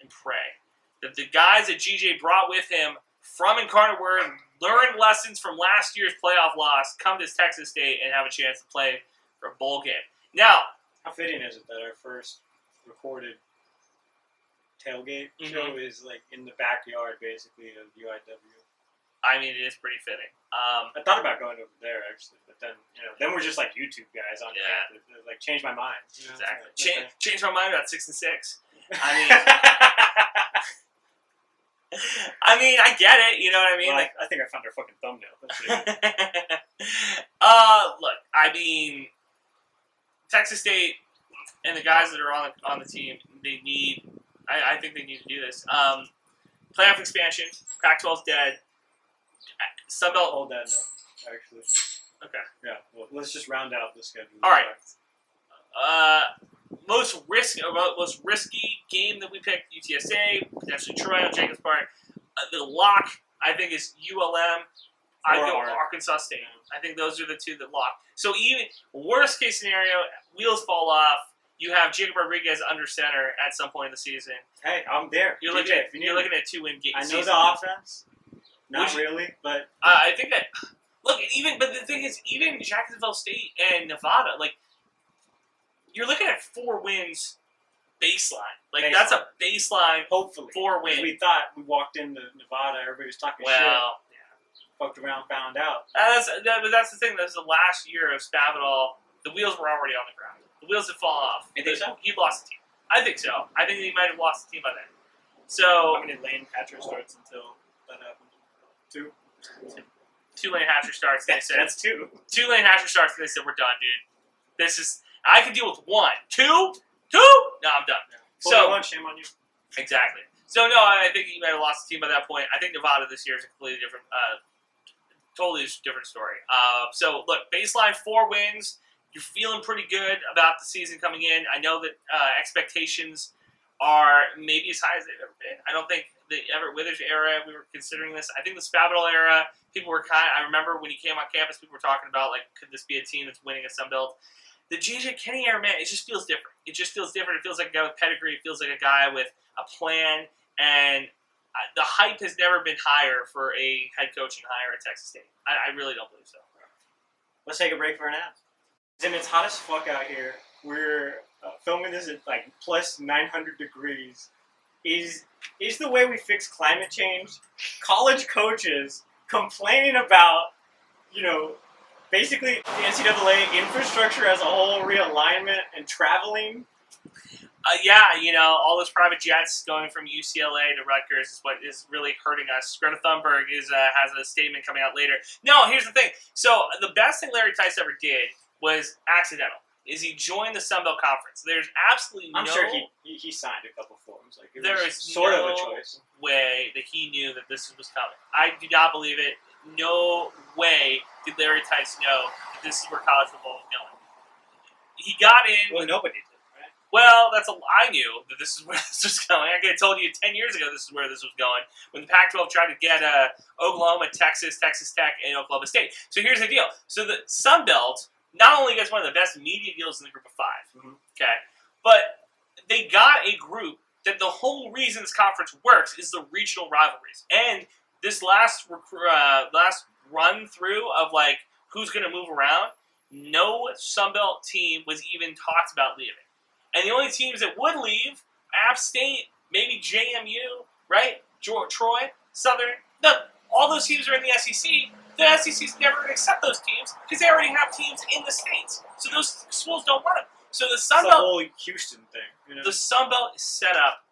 Speaker 2: and pray that the guys that GJ brought with him from Incarnate Word learned lessons from last year's playoff loss, come to Texas State and have a chance to play for a bowl game. Now,
Speaker 1: How fitting is it that our first recorded tailgate
Speaker 2: Mm-hmm.
Speaker 1: show is like in the backyard, basically, of UIW?
Speaker 2: I mean, it is pretty fitting. Um,
Speaker 1: I thought about going over there actually, but then you know, then we're just like YouTube guys on
Speaker 2: Yeah.
Speaker 1: campus. It, like changed my mind. you know?
Speaker 2: exactly.
Speaker 1: It's like,
Speaker 2: Change, change my mind about six and six.
Speaker 1: okay.
Speaker 2: I mean, [laughs] I mean, I get it. You know what I mean?
Speaker 1: Well,
Speaker 2: Like,
Speaker 1: I, I think I found our fucking thumbnail. Let's see.
Speaker 2: [laughs] uh, look, I mean, Texas State and the guys that are on the, on the team, they need. I, I think they need to do this. Um, playoff expansion, Pac-12's dead. Sun
Speaker 1: I'll
Speaker 2: Belt.
Speaker 1: hold that note, actually.
Speaker 2: Okay.
Speaker 1: Yeah. Well, let's just round out the schedule.
Speaker 2: All right. Uh, most risk, uh, most risky game that we picked: UTSA, potentially Troy on Jacobs Park. Uh, the lock, I think, is ULM. I
Speaker 1: Or
Speaker 2: go
Speaker 1: Art.
Speaker 2: Arkansas State. I think those are the two that lock. So even worst case scenario, wheels fall off. You have Jacob Rodriguez under center at some point in the season.
Speaker 1: Hey, I'm there.
Speaker 2: You're
Speaker 1: DJ,
Speaker 2: looking at
Speaker 1: if you need
Speaker 2: you're
Speaker 1: me.
Speaker 2: looking at two win games.
Speaker 1: I know the offense. Not
Speaker 2: Would you-
Speaker 1: really, but
Speaker 2: Uh, I think that look and even but the thing is even Jacksonville State and Nevada like you're looking at four wins baseline like that's a baseline
Speaker 1: hopefully.
Speaker 2: four
Speaker 1: Because
Speaker 2: win.
Speaker 1: We thought we walked into Nevada, everybody was talking shit,
Speaker 2: well,
Speaker 1: fucked around, found out.
Speaker 2: uh, that's that, but that's the thing. That was the last year of Spavital. The wheels were already on the ground. The wheels had fallen off.
Speaker 1: You think so?
Speaker 2: He lost the team. I think so. I think he might have lost the team by then. So
Speaker 1: How many lane catcher starts until that happens? Two.
Speaker 2: Tulane Hatcher starts. They said
Speaker 1: That's two.
Speaker 2: Tulane Hatcher starts. They said we're done, dude. This is I could deal with one, two, two. No, I'm done. So-
Speaker 1: Four to one, shame on you.
Speaker 2: Exactly. So no, I I think you might have lost the team by that point. I think Nevada this year is a completely Um, different, uh, totally different story. Uh, so look, baseline four wins. you're feeling pretty good about the season coming in. I know that uh, expectations are maybe as high as they've ever been. I don't think the Everett Withers era we were considering this. I think the Spavital era, people were kind. I remember when he came on campus, people were talking about like, could this be a team that's winning a Sun Belt? The JJ Kenny era, man, it just feels different. It just feels different. It feels like a guy with pedigree. It feels like a guy with a plan. And uh, the hype has never been higher for a head coaching hire at Texas State. I, I really don't believe so.
Speaker 1: Let's take a break for an app. Zim, it's hot as fuck out here. We're uh, filming this at like plus 900 degrees. Is is the way we fix climate change? College coaches complaining about, you know, basically the NCAA infrastructure as a whole realignment and traveling.
Speaker 2: Uh, yeah, you know, all those private jets going from UCLA to Rutgers is what is really hurting us. Greta Thunberg is uh, has a statement coming out later. No, here's the thing. So the best thing Larry Tice ever did was accidental. Is he joined the Sun Belt Conference? There's absolutely
Speaker 1: I'm
Speaker 2: no
Speaker 1: sure he, he he signed a couple forms. Like it
Speaker 2: There
Speaker 1: was
Speaker 2: is
Speaker 1: sort of
Speaker 2: no-
Speaker 1: a choice.
Speaker 2: way that he knew that this was coming. I do not believe it. No way did Larry Tice know that this is where college football was going. He got in
Speaker 1: Well, nobody did. Right?
Speaker 2: Well, that's a I knew that this is where [laughs] this was going. I could have told you ten years ago this is where this was going when the Pac-12 tried to get uh, Oklahoma, Texas, Texas Tech, and Oklahoma State. So here's the deal: so the Sun Belt not only gets one of the best media deals in the Group of 5
Speaker 1: Mhm.
Speaker 2: okay, but they got a group that the whole reason this conference works is the regional rivalries. And this last recru- uh, last run through of like who's going to move around, no Sun Belt team was even talked about leaving. And the only teams that would leave, App State, maybe JMU, right? Tro- Troy, Southern. No, all those teams are in the SEC. The SEC's never going to accept those teams because they already have teams in the states. So those schools don't want them. So the Sun
Speaker 1: It's the
Speaker 2: Belt
Speaker 1: whole Houston thing. You know?
Speaker 2: the Sun Belt is set up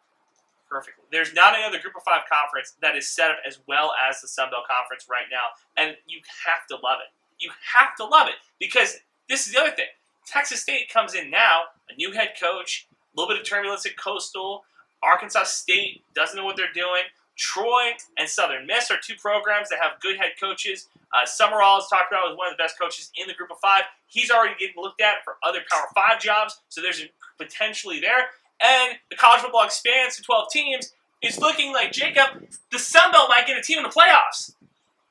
Speaker 2: perfectly. There's not any other Group of Five conference that is set up as well as the Sun Belt conference right now, and you have to love it. You have to love it because this is the other thing. Texas State comes in now, a new head coach, a little bit of turbulence at Coastal. Arkansas State doesn't know what they're doing. Troy and Southern Miss are two programs that have good head coaches. Uh, Summerall is talked about as one of the best coaches in the Group of Five. He's already getting looked at for other Power Five jobs, so there's a potentially there. And the college football expands to 12 teams. It's looking like Jacob, the Sun Belt might get a team in the playoffs.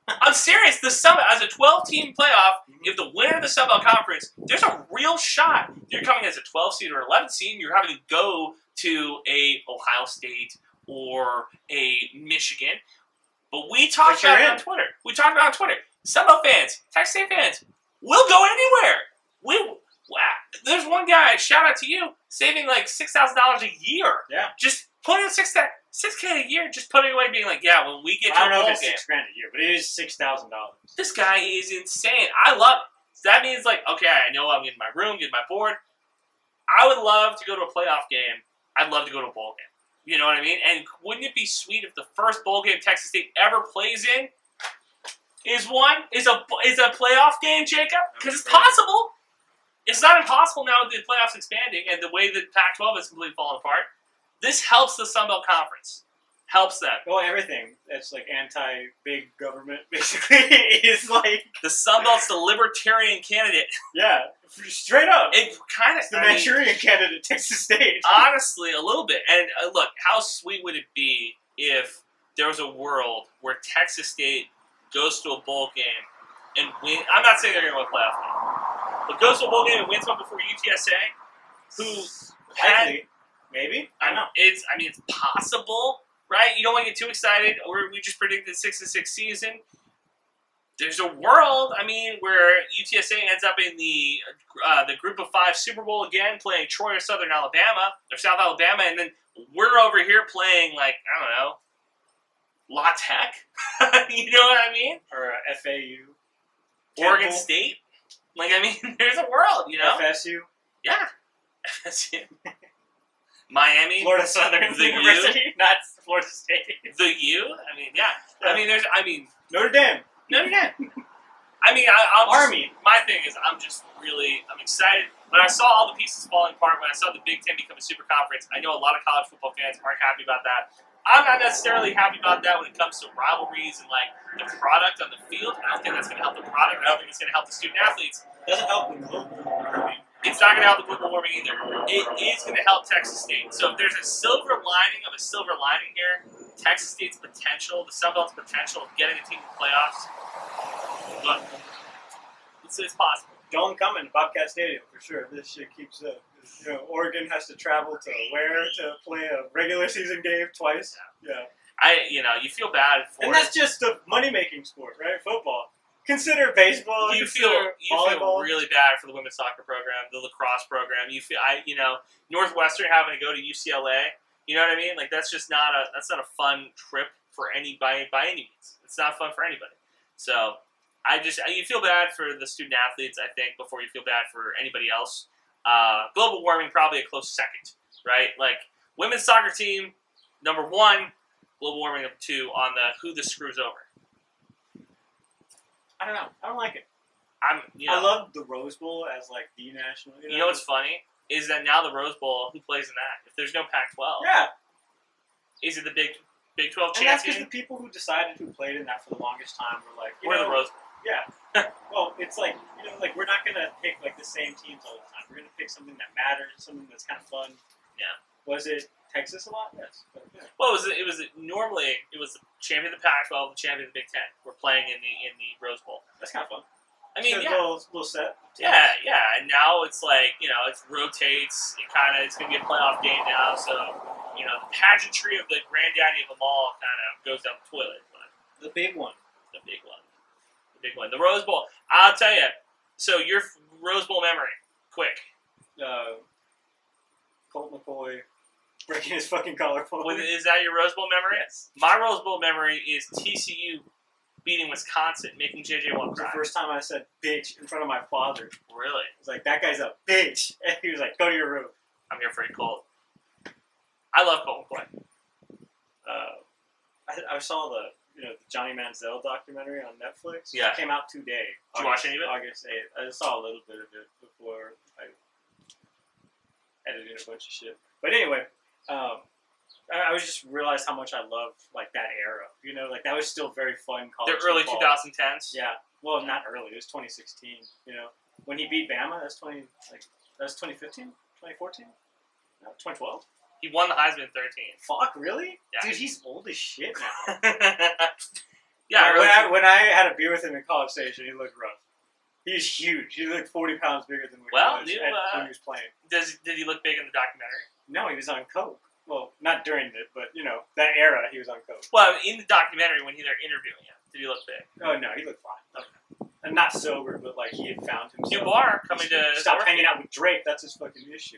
Speaker 2: I'm serious. The Sun Belt, as a 12 team playoff, if the winner of the Sun Belt Conference, there's a real shot. You're coming as a 12 seed or 11 seed, and you're having to go to a Ohio State or a Michigan. But we talked
Speaker 1: But you're
Speaker 2: about it on
Speaker 1: in.
Speaker 2: Twitter. We talked about it on Twitter. Sun Belt fans, Texas State fans, we'll go anywhere. We Wow. There's one guy, shout out to you, saving like six thousand dollars a year.
Speaker 1: Yeah.
Speaker 2: Just putting six that six K a year, just putting it away being like, yeah, when we get to
Speaker 1: I
Speaker 2: a
Speaker 1: don't know
Speaker 2: bowl
Speaker 1: if it's
Speaker 2: game,
Speaker 1: six grand a year, but it is six thousand dollars.
Speaker 2: this guy is insane. I love it. So that means like, okay, I know I'm getting my room, getting my board. I would love to go to a playoff game. I'd love to go to a bowl game. You know what I mean? And wouldn't it be sweet if the first bowl game Texas State ever plays in is one is a is a playoff game, Jacob? Because it's possible. It's not impossible now with the playoffs expanding and the way that Pac-12 is completely falling apart. This helps the Sun Belt Conference. Helps them.
Speaker 1: Well, everything that's like anti big government [laughs] basically is like
Speaker 2: The Sun Belt's the libertarian candidate.
Speaker 1: yeah, straight up.
Speaker 2: It kind of
Speaker 1: It's the Manchurian candidate, Texas State.
Speaker 2: [laughs] honestly, a little bit. And uh, look, how sweet would it be if there was a world where Texas State goes to a bowl game and win? I'm not saying they're going to win a playoff game, but goes to a bowl game and wins one before UTSA. Who had
Speaker 1: Likely. maybe
Speaker 2: I know it's. I mean, it's possible, right? You don't want to get too excited, or we just predicted six and six season. There's a world, I mean, where UTSA ends up in the uh, the Group of Five Super Bowl again, playing Troy or Southern Alabama or South Alabama, and then we're over here playing like I don't know, La Tech. [laughs] you know what I mean?
Speaker 1: or uh, FAU,
Speaker 2: Oregon
Speaker 1: Temple,
Speaker 2: State. Like I mean, [laughs] there's a world, you know?
Speaker 1: FSU,
Speaker 2: yeah. That's it. [laughs] Miami,
Speaker 1: Florida Southern
Speaker 2: The U.
Speaker 1: [laughs] University, not Florida State,
Speaker 2: The U? I mean, yeah. I mean, there's. I mean,
Speaker 1: Notre Dame,
Speaker 2: no, no, no. I mean, I, I'm just-
Speaker 1: Army.
Speaker 2: my thing is, I'm just really, I'm excited. When I saw all the pieces falling apart, when I saw the Big Ten become a super conference, I know a lot of college football fans aren't happy about that. I'm not necessarily happy about that when it comes to rivalries and like the product on the field. I don't think that's going to help the product. I don't think it's going to help the student athletes.
Speaker 7: Doesn't help with global warming.
Speaker 2: It's not going to help the global warming either. It is going to help Texas State. So if there's a silver lining of a silver lining here, Texas State's potential, the Sun Belt's potential of getting a team to the playoffs. Look, it's, it's possible.
Speaker 1: Dome coming, Bobcat Stadium for sure. If this shit keeps up. You know, Oregon has to travel to where to play a regular season game twice. Yeah,
Speaker 2: I, you know, you feel bad for.
Speaker 1: and that's just the money making sport, right? Football. Consider baseball.
Speaker 2: you feel
Speaker 1: consider
Speaker 2: you feel
Speaker 1: volleyball.
Speaker 2: really bad for the women's soccer program, the lacrosse program. You feel I you know Northwestern having to go to UCLA. You know what I mean? Like that's just not a that's not a fun trip for any by by any means. It's not fun for anybody. So I just you feel bad for the student athletes. I think before you feel bad for anybody else. Uh, global warming probably a close second, right? Like women's soccer team number one, global warming number two on the who this screws over.
Speaker 1: I don't know. I don't like it.
Speaker 2: I'm you know,
Speaker 1: I love the Rose Bowl as like the national. You know,
Speaker 2: You know what's funny is that now the Rose Bowl, who plays in that? If there's no Pac-12,
Speaker 1: yeah,
Speaker 2: is it the Big Big 12
Speaker 1: and that's because the
Speaker 2: champion
Speaker 1: people who decided who played in that for the longest time were like, you
Speaker 2: or
Speaker 1: know,
Speaker 2: the Rose? Bowl?
Speaker 1: Yeah. well, it's like you know, like we're not gonna pick like the same teams all the time. We're gonna pick something that matters, something that's kind of fun.
Speaker 2: Yeah.
Speaker 1: Was it Texas a lot? Yes. But, yeah.
Speaker 2: Well, it was it was normally it was the champion of the Pac-12, the champion of the Big Ten. We're playing in the in the Rose Bowl.
Speaker 1: That's kind of fun.
Speaker 2: I mean,
Speaker 1: Good
Speaker 2: yeah,
Speaker 1: little, little set.
Speaker 2: yeah, yeah. And now it's like you know, it rotates. It kind of it's gonna be a playoff game now. So you know, the pageantry of the granddaddy of them all kind of goes down the toilet. But
Speaker 1: The big one.
Speaker 2: the big one. The big one. The Rose Bowl. I'll tell you. So your f- Rose Bowl memory, quick.
Speaker 1: Uh, Colt McCoy breaking his fucking collarbone.
Speaker 2: With- Is that your Rose Bowl memory?
Speaker 1: Yes.
Speaker 2: My Rose Bowl memory is TCU beating Wisconsin, making JJ
Speaker 1: It
Speaker 2: Watt
Speaker 1: was the
Speaker 2: cry.
Speaker 1: first time I said bitch in front of my father. I
Speaker 2: Really?
Speaker 1: was like, that guy's a bitch. [laughs] And he was like, go to your room.
Speaker 2: I'm here for you, Colt. I love Colt McCoy. Uh,
Speaker 1: I, I saw the you know the Johnny Manziel documentary on Netflix.
Speaker 2: Yeah.
Speaker 1: it came out today.
Speaker 2: Did you
Speaker 1: August-
Speaker 2: watch any of it?
Speaker 1: August eighth. I saw a little bit of it before I edited a bunch of shit. But anyway, um, I, I was just realized how much I loved like that era. You know, like that was still very fun
Speaker 2: the
Speaker 1: college.
Speaker 2: early
Speaker 1: Oh, football.
Speaker 2: 2010s.
Speaker 1: Yeah. Well, not early. It was 2016. You know, when he beat Bama, that's 20 like that's 2015, 2014, no, 2012.
Speaker 2: He won the Heisman [laughs] 13.
Speaker 1: Fuck, really?
Speaker 2: Yeah.
Speaker 1: Dude, he's old as shit now.
Speaker 2: yeah, I
Speaker 1: Like, when,
Speaker 2: really-
Speaker 1: I, when I had a beer with him in College Station, he looked rough. He's huge. He looked 40 pounds bigger than when,
Speaker 2: Well,
Speaker 1: he, was
Speaker 2: you,
Speaker 1: at-
Speaker 2: uh,
Speaker 1: when he was playing.
Speaker 2: does, did he look big in the documentary?
Speaker 1: No, he was on coke. Well, not during it, but, you know, that era, he was on coke.
Speaker 2: Well, in the documentary when he- they're interviewing him, did he look big?
Speaker 1: Oh, no, he looked fine. And not sober, but, like, he had found himself.
Speaker 2: New bar coming to
Speaker 1: Stop
Speaker 2: Northgate.
Speaker 1: hanging out with Drake. That's his fucking issue.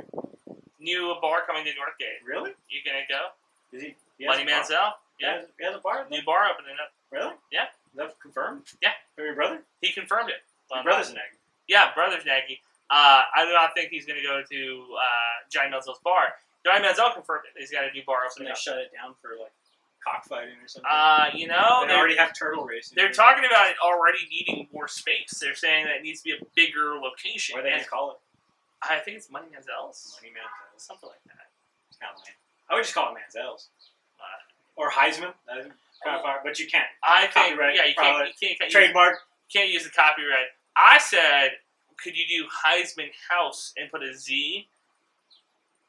Speaker 2: New bar coming to Northgate.
Speaker 1: Really?
Speaker 2: You gonna go?
Speaker 1: Is he? he has
Speaker 2: Money
Speaker 1: a bar?
Speaker 2: Manziel.
Speaker 1: He
Speaker 2: Yeah.
Speaker 1: has, he has a bar?
Speaker 2: New bar opening up.
Speaker 1: Really?
Speaker 2: Yeah.
Speaker 1: Is that confirmed?
Speaker 2: Yeah.
Speaker 1: From your brother?
Speaker 2: He confirmed it.
Speaker 1: Your brother's an egg.
Speaker 2: Yeah, brother's Nagy. Uh, I do not think he's going to go to uh, Johnny Manziel's bar. Johnny Manziel confirmed it. He's got a new bar
Speaker 1: So
Speaker 2: opening
Speaker 1: they
Speaker 2: up.
Speaker 1: shut it down for, like, cockfighting or something.
Speaker 2: Uh, you know,
Speaker 1: they
Speaker 2: they're,
Speaker 1: already have turtle racing.
Speaker 2: they're talking about it already needing more space. They're saying that it needs to be a bigger location.
Speaker 1: What are they going
Speaker 2: And
Speaker 1: to call it?
Speaker 2: I think it's Money Manziel's,
Speaker 1: Money Manziel.
Speaker 2: something like that.
Speaker 1: It's kind of lame. I would just call it Manziel's. Uh, Or Heisman. That is kind of fire, but you can't.
Speaker 2: I think,
Speaker 1: Copyright,
Speaker 2: yeah, you
Speaker 1: probably.
Speaker 2: can't, you can't, use,
Speaker 1: Trademark.
Speaker 2: can't use the copyright. I said, could you do Heisman House and put a Z?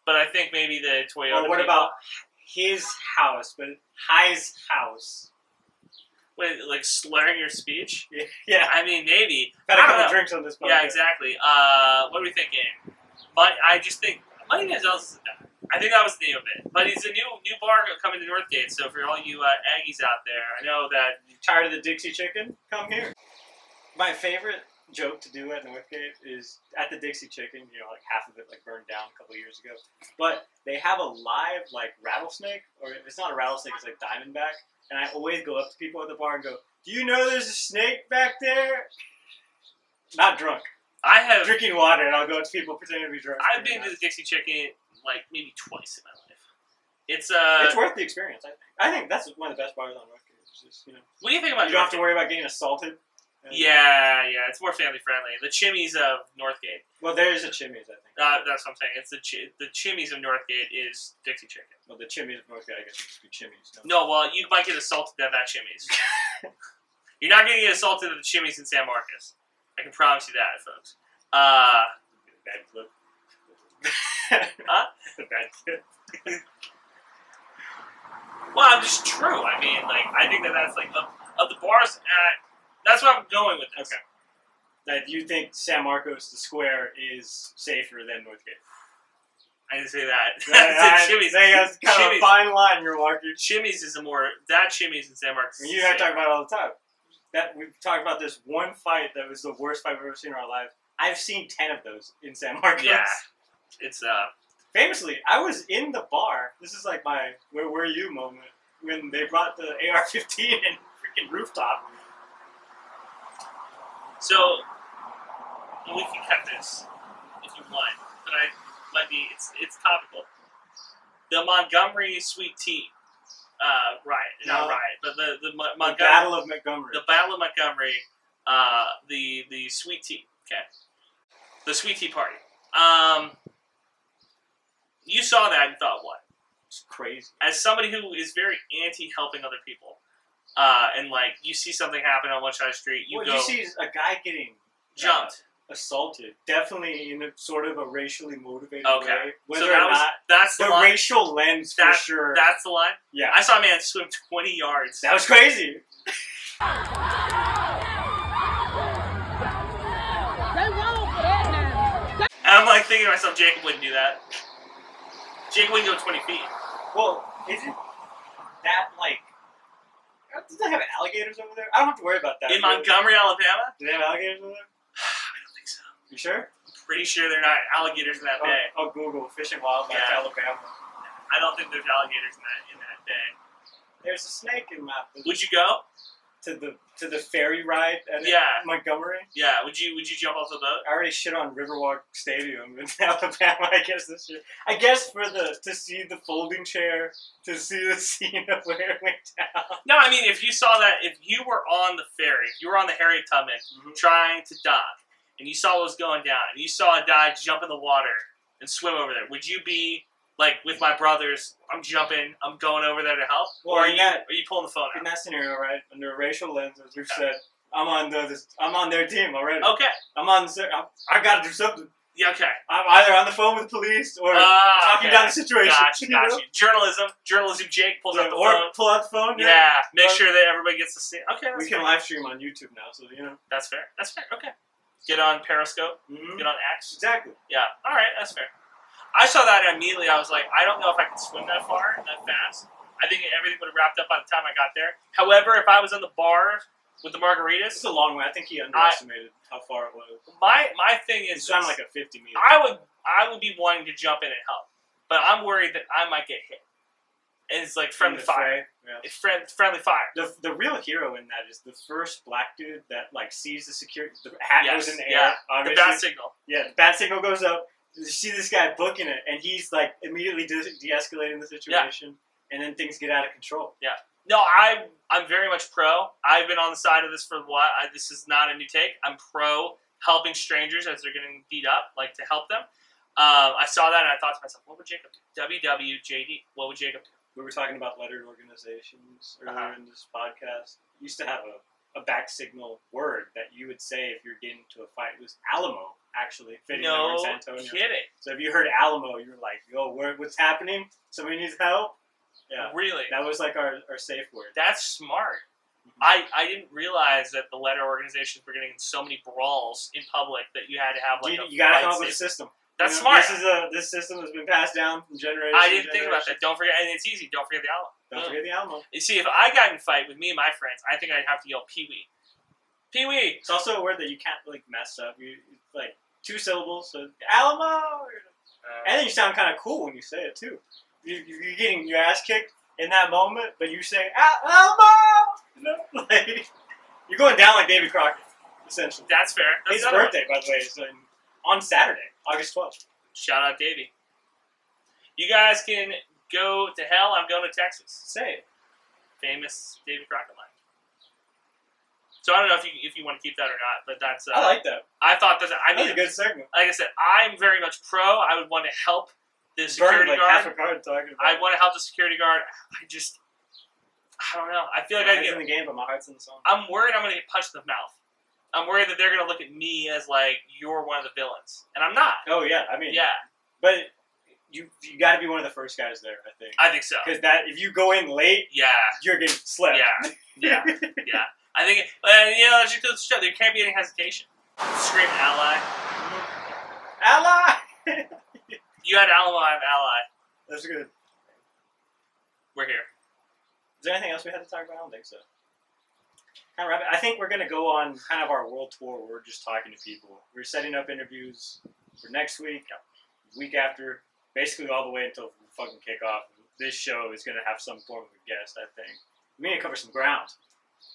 Speaker 2: But I think maybe the Toyota.
Speaker 1: Or what
Speaker 2: people-
Speaker 1: about his house, but High's house? [laughs]
Speaker 2: Wait, like slurring your speech?
Speaker 1: Yeah.
Speaker 2: I mean, maybe.
Speaker 1: Got a
Speaker 2: I don't
Speaker 1: couple
Speaker 2: know.
Speaker 1: drinks on this podcast.
Speaker 2: Yeah, exactly. Uh, what are we thinking? But I just think Money Manziel's is a guy. I think that was the name of it. But he's a new new bar coming to Northgate. So for all you uh, Aggies out there, I know that
Speaker 1: You tired of the Dixie chicken? Come here. My favorite joke to do at Northgate is at the Dixie chicken, you know, like half of it like burned down a couple years ago. But they have a live like rattlesnake, or if it's not a rattlesnake, it's like diamondback. And I always go up to people at the bar and go, Do you know there's a snake back there? Not drunk.
Speaker 2: I have
Speaker 1: drinking water, and I'll go up to people pretending to be drunk.
Speaker 2: I've been to the Dixie Chicken like maybe twice in my life. It's uh,
Speaker 1: it's worth the experience. I, I think that's one of the best bars on Northgate. It's just, you know,
Speaker 2: what do you think
Speaker 1: you
Speaker 2: about
Speaker 1: don't have to
Speaker 2: Northgate?
Speaker 1: worry about getting assaulted.
Speaker 2: Yeah, yeah, it's more family friendly. The Chimneys of Northgate.
Speaker 1: Well, there's a Chimmy's, I think.
Speaker 2: Uh, that's what I'm saying. It's the chi- the Chimneys of Northgate is Dixie Chicken.
Speaker 1: well, the Chimmy's of Northgate, I guess, would just be Chimmy's. don't
Speaker 2: No, well, you might get assaulted at that Chimneys. You're not going to get assaulted at the Chimneys in San Marcos. I can promise you that, folks. Uh,
Speaker 1: it? Bad clip.
Speaker 2: [laughs]
Speaker 1: [laughs]
Speaker 2: Huh?
Speaker 1: The bad clip.
Speaker 2: well, I'm just true. I mean, like, I think that that's like of, of the bars. At, that's where I'm going with this.
Speaker 1: Okay. That you think San Marcos, the square, is safer than
Speaker 2: [laughs]
Speaker 1: Northgate. [laughs]
Speaker 2: I didn't say that. I
Speaker 1: I-
Speaker 2: said [laughs] Chimneys.
Speaker 1: I think that's kind of a
Speaker 2: Chimneys.
Speaker 1: fine line you're walking.
Speaker 2: Chimneys is a more that Chimneys in San Marcos.
Speaker 1: I mean, you and I talk about it all the time. That we talked about this one fight that was the worst fight we've ever seen in our lives. I've seen ten of those in San Marcos.
Speaker 2: Yeah. It's uh.
Speaker 1: [laughs] Famously, I was in the bar. This is like my "Where were you?" moment when they brought the AR-15 [laughs] and freaking rooftop.
Speaker 2: So we can cut this if you want, but I might be it's it's topical. The Montgomery Sweet Tea uh, riot, not
Speaker 1: No.
Speaker 2: riot, but the the Mo-
Speaker 1: The
Speaker 2: Montgomery
Speaker 1: Battle of Montgomery.
Speaker 2: the Battle of Montgomery, uh, the the Sweet Tea. Okay, the Sweet Tea Party. Um, you saw that and thought what?
Speaker 1: It's crazy.
Speaker 2: as somebody who is very anti helping other people, uh, and like you see something happen on one side of the street, you
Speaker 1: what
Speaker 2: go
Speaker 1: you see is a guy getting uh,
Speaker 2: jumped.
Speaker 1: assaulted, definitely in a sort of a racially motivated
Speaker 2: Okay,
Speaker 1: way. Whether
Speaker 2: so
Speaker 1: or
Speaker 2: that was
Speaker 1: not
Speaker 2: that's the,
Speaker 1: the
Speaker 2: line.
Speaker 1: racial lens for
Speaker 2: That-
Speaker 1: sure.
Speaker 2: That's the line.
Speaker 1: yeah,
Speaker 2: I saw a man swim twenty yards.
Speaker 1: that was crazy.
Speaker 8: They wrong for that now.
Speaker 2: And I'm like thinking to myself, Jacob wouldn't do that. Jacob wouldn't go twenty feet.
Speaker 1: Well, isn't that like? Does that have alligators over there? I don't have to worry about that.
Speaker 2: In Montgomery, Alabama,
Speaker 1: Do they have alligators over there?
Speaker 2: [sighs]
Speaker 1: You sure?
Speaker 2: pretty sure they're not alligators in that
Speaker 1: Oh,
Speaker 2: bay.
Speaker 1: oh, Google fish and wildlife
Speaker 2: Yeah.
Speaker 1: Alabama.
Speaker 2: I don't think there's alligators in that in that bay.
Speaker 1: There's a snake in my
Speaker 2: Would you go?
Speaker 1: to the to the ferry ride at
Speaker 2: Yeah.
Speaker 1: Montgomery.
Speaker 2: Yeah. Would you Would you jump off the boat?
Speaker 1: I already shit on Riverwalk Stadium in [laughs] Alabama. I guess this year. I guess for the to see the folding chair, to see the [laughs] scene of where it went down.
Speaker 2: No, I mean, if you saw that, if you were on the ferry, if you were on the Harriet Tubman
Speaker 1: Mm-hmm.
Speaker 2: trying to dock, and you saw what was going down, and you saw a guy jump in the water and swim over there, would you be like with my brothers? I'm jumping. I'm going over there to help.
Speaker 1: Well,
Speaker 2: or are
Speaker 1: in
Speaker 2: you
Speaker 1: that-
Speaker 2: are you pulling the phone
Speaker 1: In
Speaker 2: out?
Speaker 1: that scenario, right, under a racial lens, as we've said, I'm on the this, I'm on their team already.
Speaker 2: Okay.
Speaker 1: I'm on. The, I'm, I got to do something.
Speaker 2: Yeah. Okay.
Speaker 1: I'm either on the phone with police or
Speaker 2: Ah,
Speaker 1: talking
Speaker 2: okay.
Speaker 1: down the situation.
Speaker 2: Gotcha.
Speaker 1: [laughs] you know?
Speaker 2: Gotcha. Journalism. Journalism. Jake pulls out the
Speaker 1: or [laughs]
Speaker 2: phone.
Speaker 1: pull out the phone.
Speaker 2: Yeah. Make
Speaker 1: Well,
Speaker 2: sure that everybody gets to see. Okay.
Speaker 1: we
Speaker 2: That's
Speaker 1: can
Speaker 2: fair.
Speaker 1: live stream on YouTube now, so you know.
Speaker 2: that's fair. That's fair. Okay. Get on Periscope.
Speaker 1: Mhm.
Speaker 2: Get on X.
Speaker 1: Exactly.
Speaker 2: Yeah. All right. That's fair. I saw that and immediately. I was like, I don't know if I can swim that far and that fast. I think everything would have wrapped up by the time I got there. However, if I was on the bar with the
Speaker 1: This
Speaker 2: margaritas,
Speaker 1: is a long way. I think he underestimated how far it was.
Speaker 2: my my thing
Speaker 1: It
Speaker 2: is
Speaker 1: sounded like a 50 meter.
Speaker 2: I would I would be wanting to jump in and help, but I'm worried that I might get hit. And it's like friendly
Speaker 1: the
Speaker 2: fire.
Speaker 1: fray, yeah.
Speaker 2: It's friend friendly fire.
Speaker 1: The, the real hero in that is the first black dude that like sees the security. The hat
Speaker 2: Yes,
Speaker 1: goes in the air.
Speaker 2: yeah. The
Speaker 1: obviously.
Speaker 2: bat signal.
Speaker 1: Yeah, the bat signal goes up. You see this guy booking it, and he's like immediately de- de-escalating the situation, and then things get out of control.
Speaker 2: No, I I'm very much pro. I've been on the side of this for a while. I, this is not a new take. I'm pro helping strangers as they're getting beat up, like to help them. Um, I saw that and I thought to myself, what would Jacob do? WWJD. What would Jacob do?
Speaker 1: We were talking about lettered organizations earlier
Speaker 2: Uh-huh.
Speaker 1: in this podcast. We used to have a, a back signal word that you would say if you're getting into a fight. It was Alamo, actually, fitting over
Speaker 2: no
Speaker 1: in San Antonio.
Speaker 2: kidding.
Speaker 1: So if you heard Alamo, you were like, yo, where, what's happening? Somebody needs help? Yeah.
Speaker 2: Really?
Speaker 1: That Mm-hmm. was like our, our safe word.
Speaker 2: That's smart. I, I didn't realize that the letter organizations were getting in so many brawls in public that you had to have like
Speaker 1: you,
Speaker 2: a
Speaker 1: you gotta
Speaker 2: fight
Speaker 1: come up with a
Speaker 2: safe-
Speaker 1: system. You
Speaker 2: That's
Speaker 1: know,
Speaker 2: smart.
Speaker 1: This is a this system has been passed down from generation.
Speaker 2: I
Speaker 1: to
Speaker 2: didn't think
Speaker 1: generation.
Speaker 2: about that. Don't forget, and it's easy. Don't forget the outlet.
Speaker 1: Don't forget the Alamo.
Speaker 2: You see, if I got in a fight with me and my friends, I think I'd have to yell Pee Wee. Pee Wee!
Speaker 1: It's also a word that you can't like mess up. You it's like two syllables, so
Speaker 2: Uh,
Speaker 1: Alamo, and then you sound kind of cool when you say it too. You, you- you're getting your ass kicked in that moment, but you say "Al- Alamo. You know, [laughs] like you're going down like David Crockett, essentially.
Speaker 2: That's fair. That's
Speaker 1: His
Speaker 2: another one.
Speaker 1: birthday, by the way, is in, on Saturday, August twelfth.
Speaker 2: Shout out Davey. You guys can go to hell. I'm going to Texas.
Speaker 1: Say it.
Speaker 2: Famous David Crockett line. So I don't know if you if you want to keep that or not, but that's uh,
Speaker 1: I like that.
Speaker 2: I thought that I
Speaker 1: That was
Speaker 2: mean
Speaker 1: a good segment.
Speaker 2: like I said, I'm very much pro. I would want to help the
Speaker 1: Burned
Speaker 2: security
Speaker 1: like half
Speaker 2: guard.
Speaker 1: a card talking about.
Speaker 2: I want to help the security guard. I just, I don't know. I feel like
Speaker 1: my
Speaker 2: I
Speaker 1: head's in
Speaker 2: get,
Speaker 1: the game, but my heart's in the song.
Speaker 2: I'm worried I'm going to get punched in the mouth. I'm worried that they're going to look at me as like you're one of the villains, and I'm not.
Speaker 1: Oh yeah, I mean,
Speaker 2: Yeah,
Speaker 1: but you you got to be one of the first guys there, I think,
Speaker 2: I think so.
Speaker 1: because that if you go in late,
Speaker 2: Yeah,
Speaker 1: you're getting slept.
Speaker 2: yeah, yeah, yeah. I think, uh, you know, that's just goes to show there can't be any hesitation. Scream ally.
Speaker 1: [laughs] Ally.
Speaker 2: You had ally, I have ally.
Speaker 1: That's good.
Speaker 2: We're here.
Speaker 1: Is there anything else we had to talk about? I don't think so. Kind of rapid. I think we're going to go on kind of our world tour. Where we're just talking to people. We're setting up interviews for next week, week after, basically all the way until we fucking kickoff. This show is going to have some form of a guest. I think we need to cover some ground.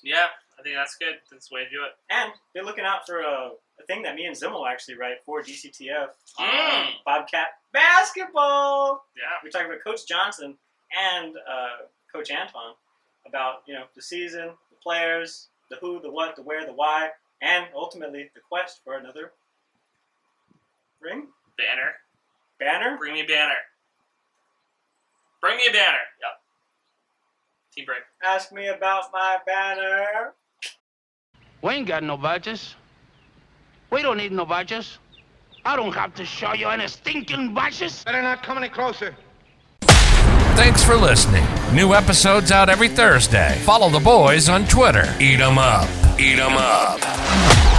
Speaker 2: Yeah, I think that's good. That's the way to do it.
Speaker 1: And they're looking out for a, a thing that me and Zim will actually write for DCTF. um,
Speaker 2: Mm.
Speaker 1: Bobcat basketball.
Speaker 2: Yeah.
Speaker 1: We're talking about Coach Johnson and uh, Coach Anton about you know the season, the players, the who, the what, the where, the why, and ultimately the quest for another ring
Speaker 2: Banner.
Speaker 1: banner.
Speaker 2: Bring me a banner. Bring me a banner. Yep. Team break.
Speaker 1: Ask me about my banner.
Speaker 9: We ain't got no badges. We don't need no badges. I don't have to show you any stinking badges.
Speaker 10: Better not come any closer.
Speaker 4: Thanks for listening. New episodes out every Thursday. Follow the boys on Twitter. Eat 'em up. Eat 'em up.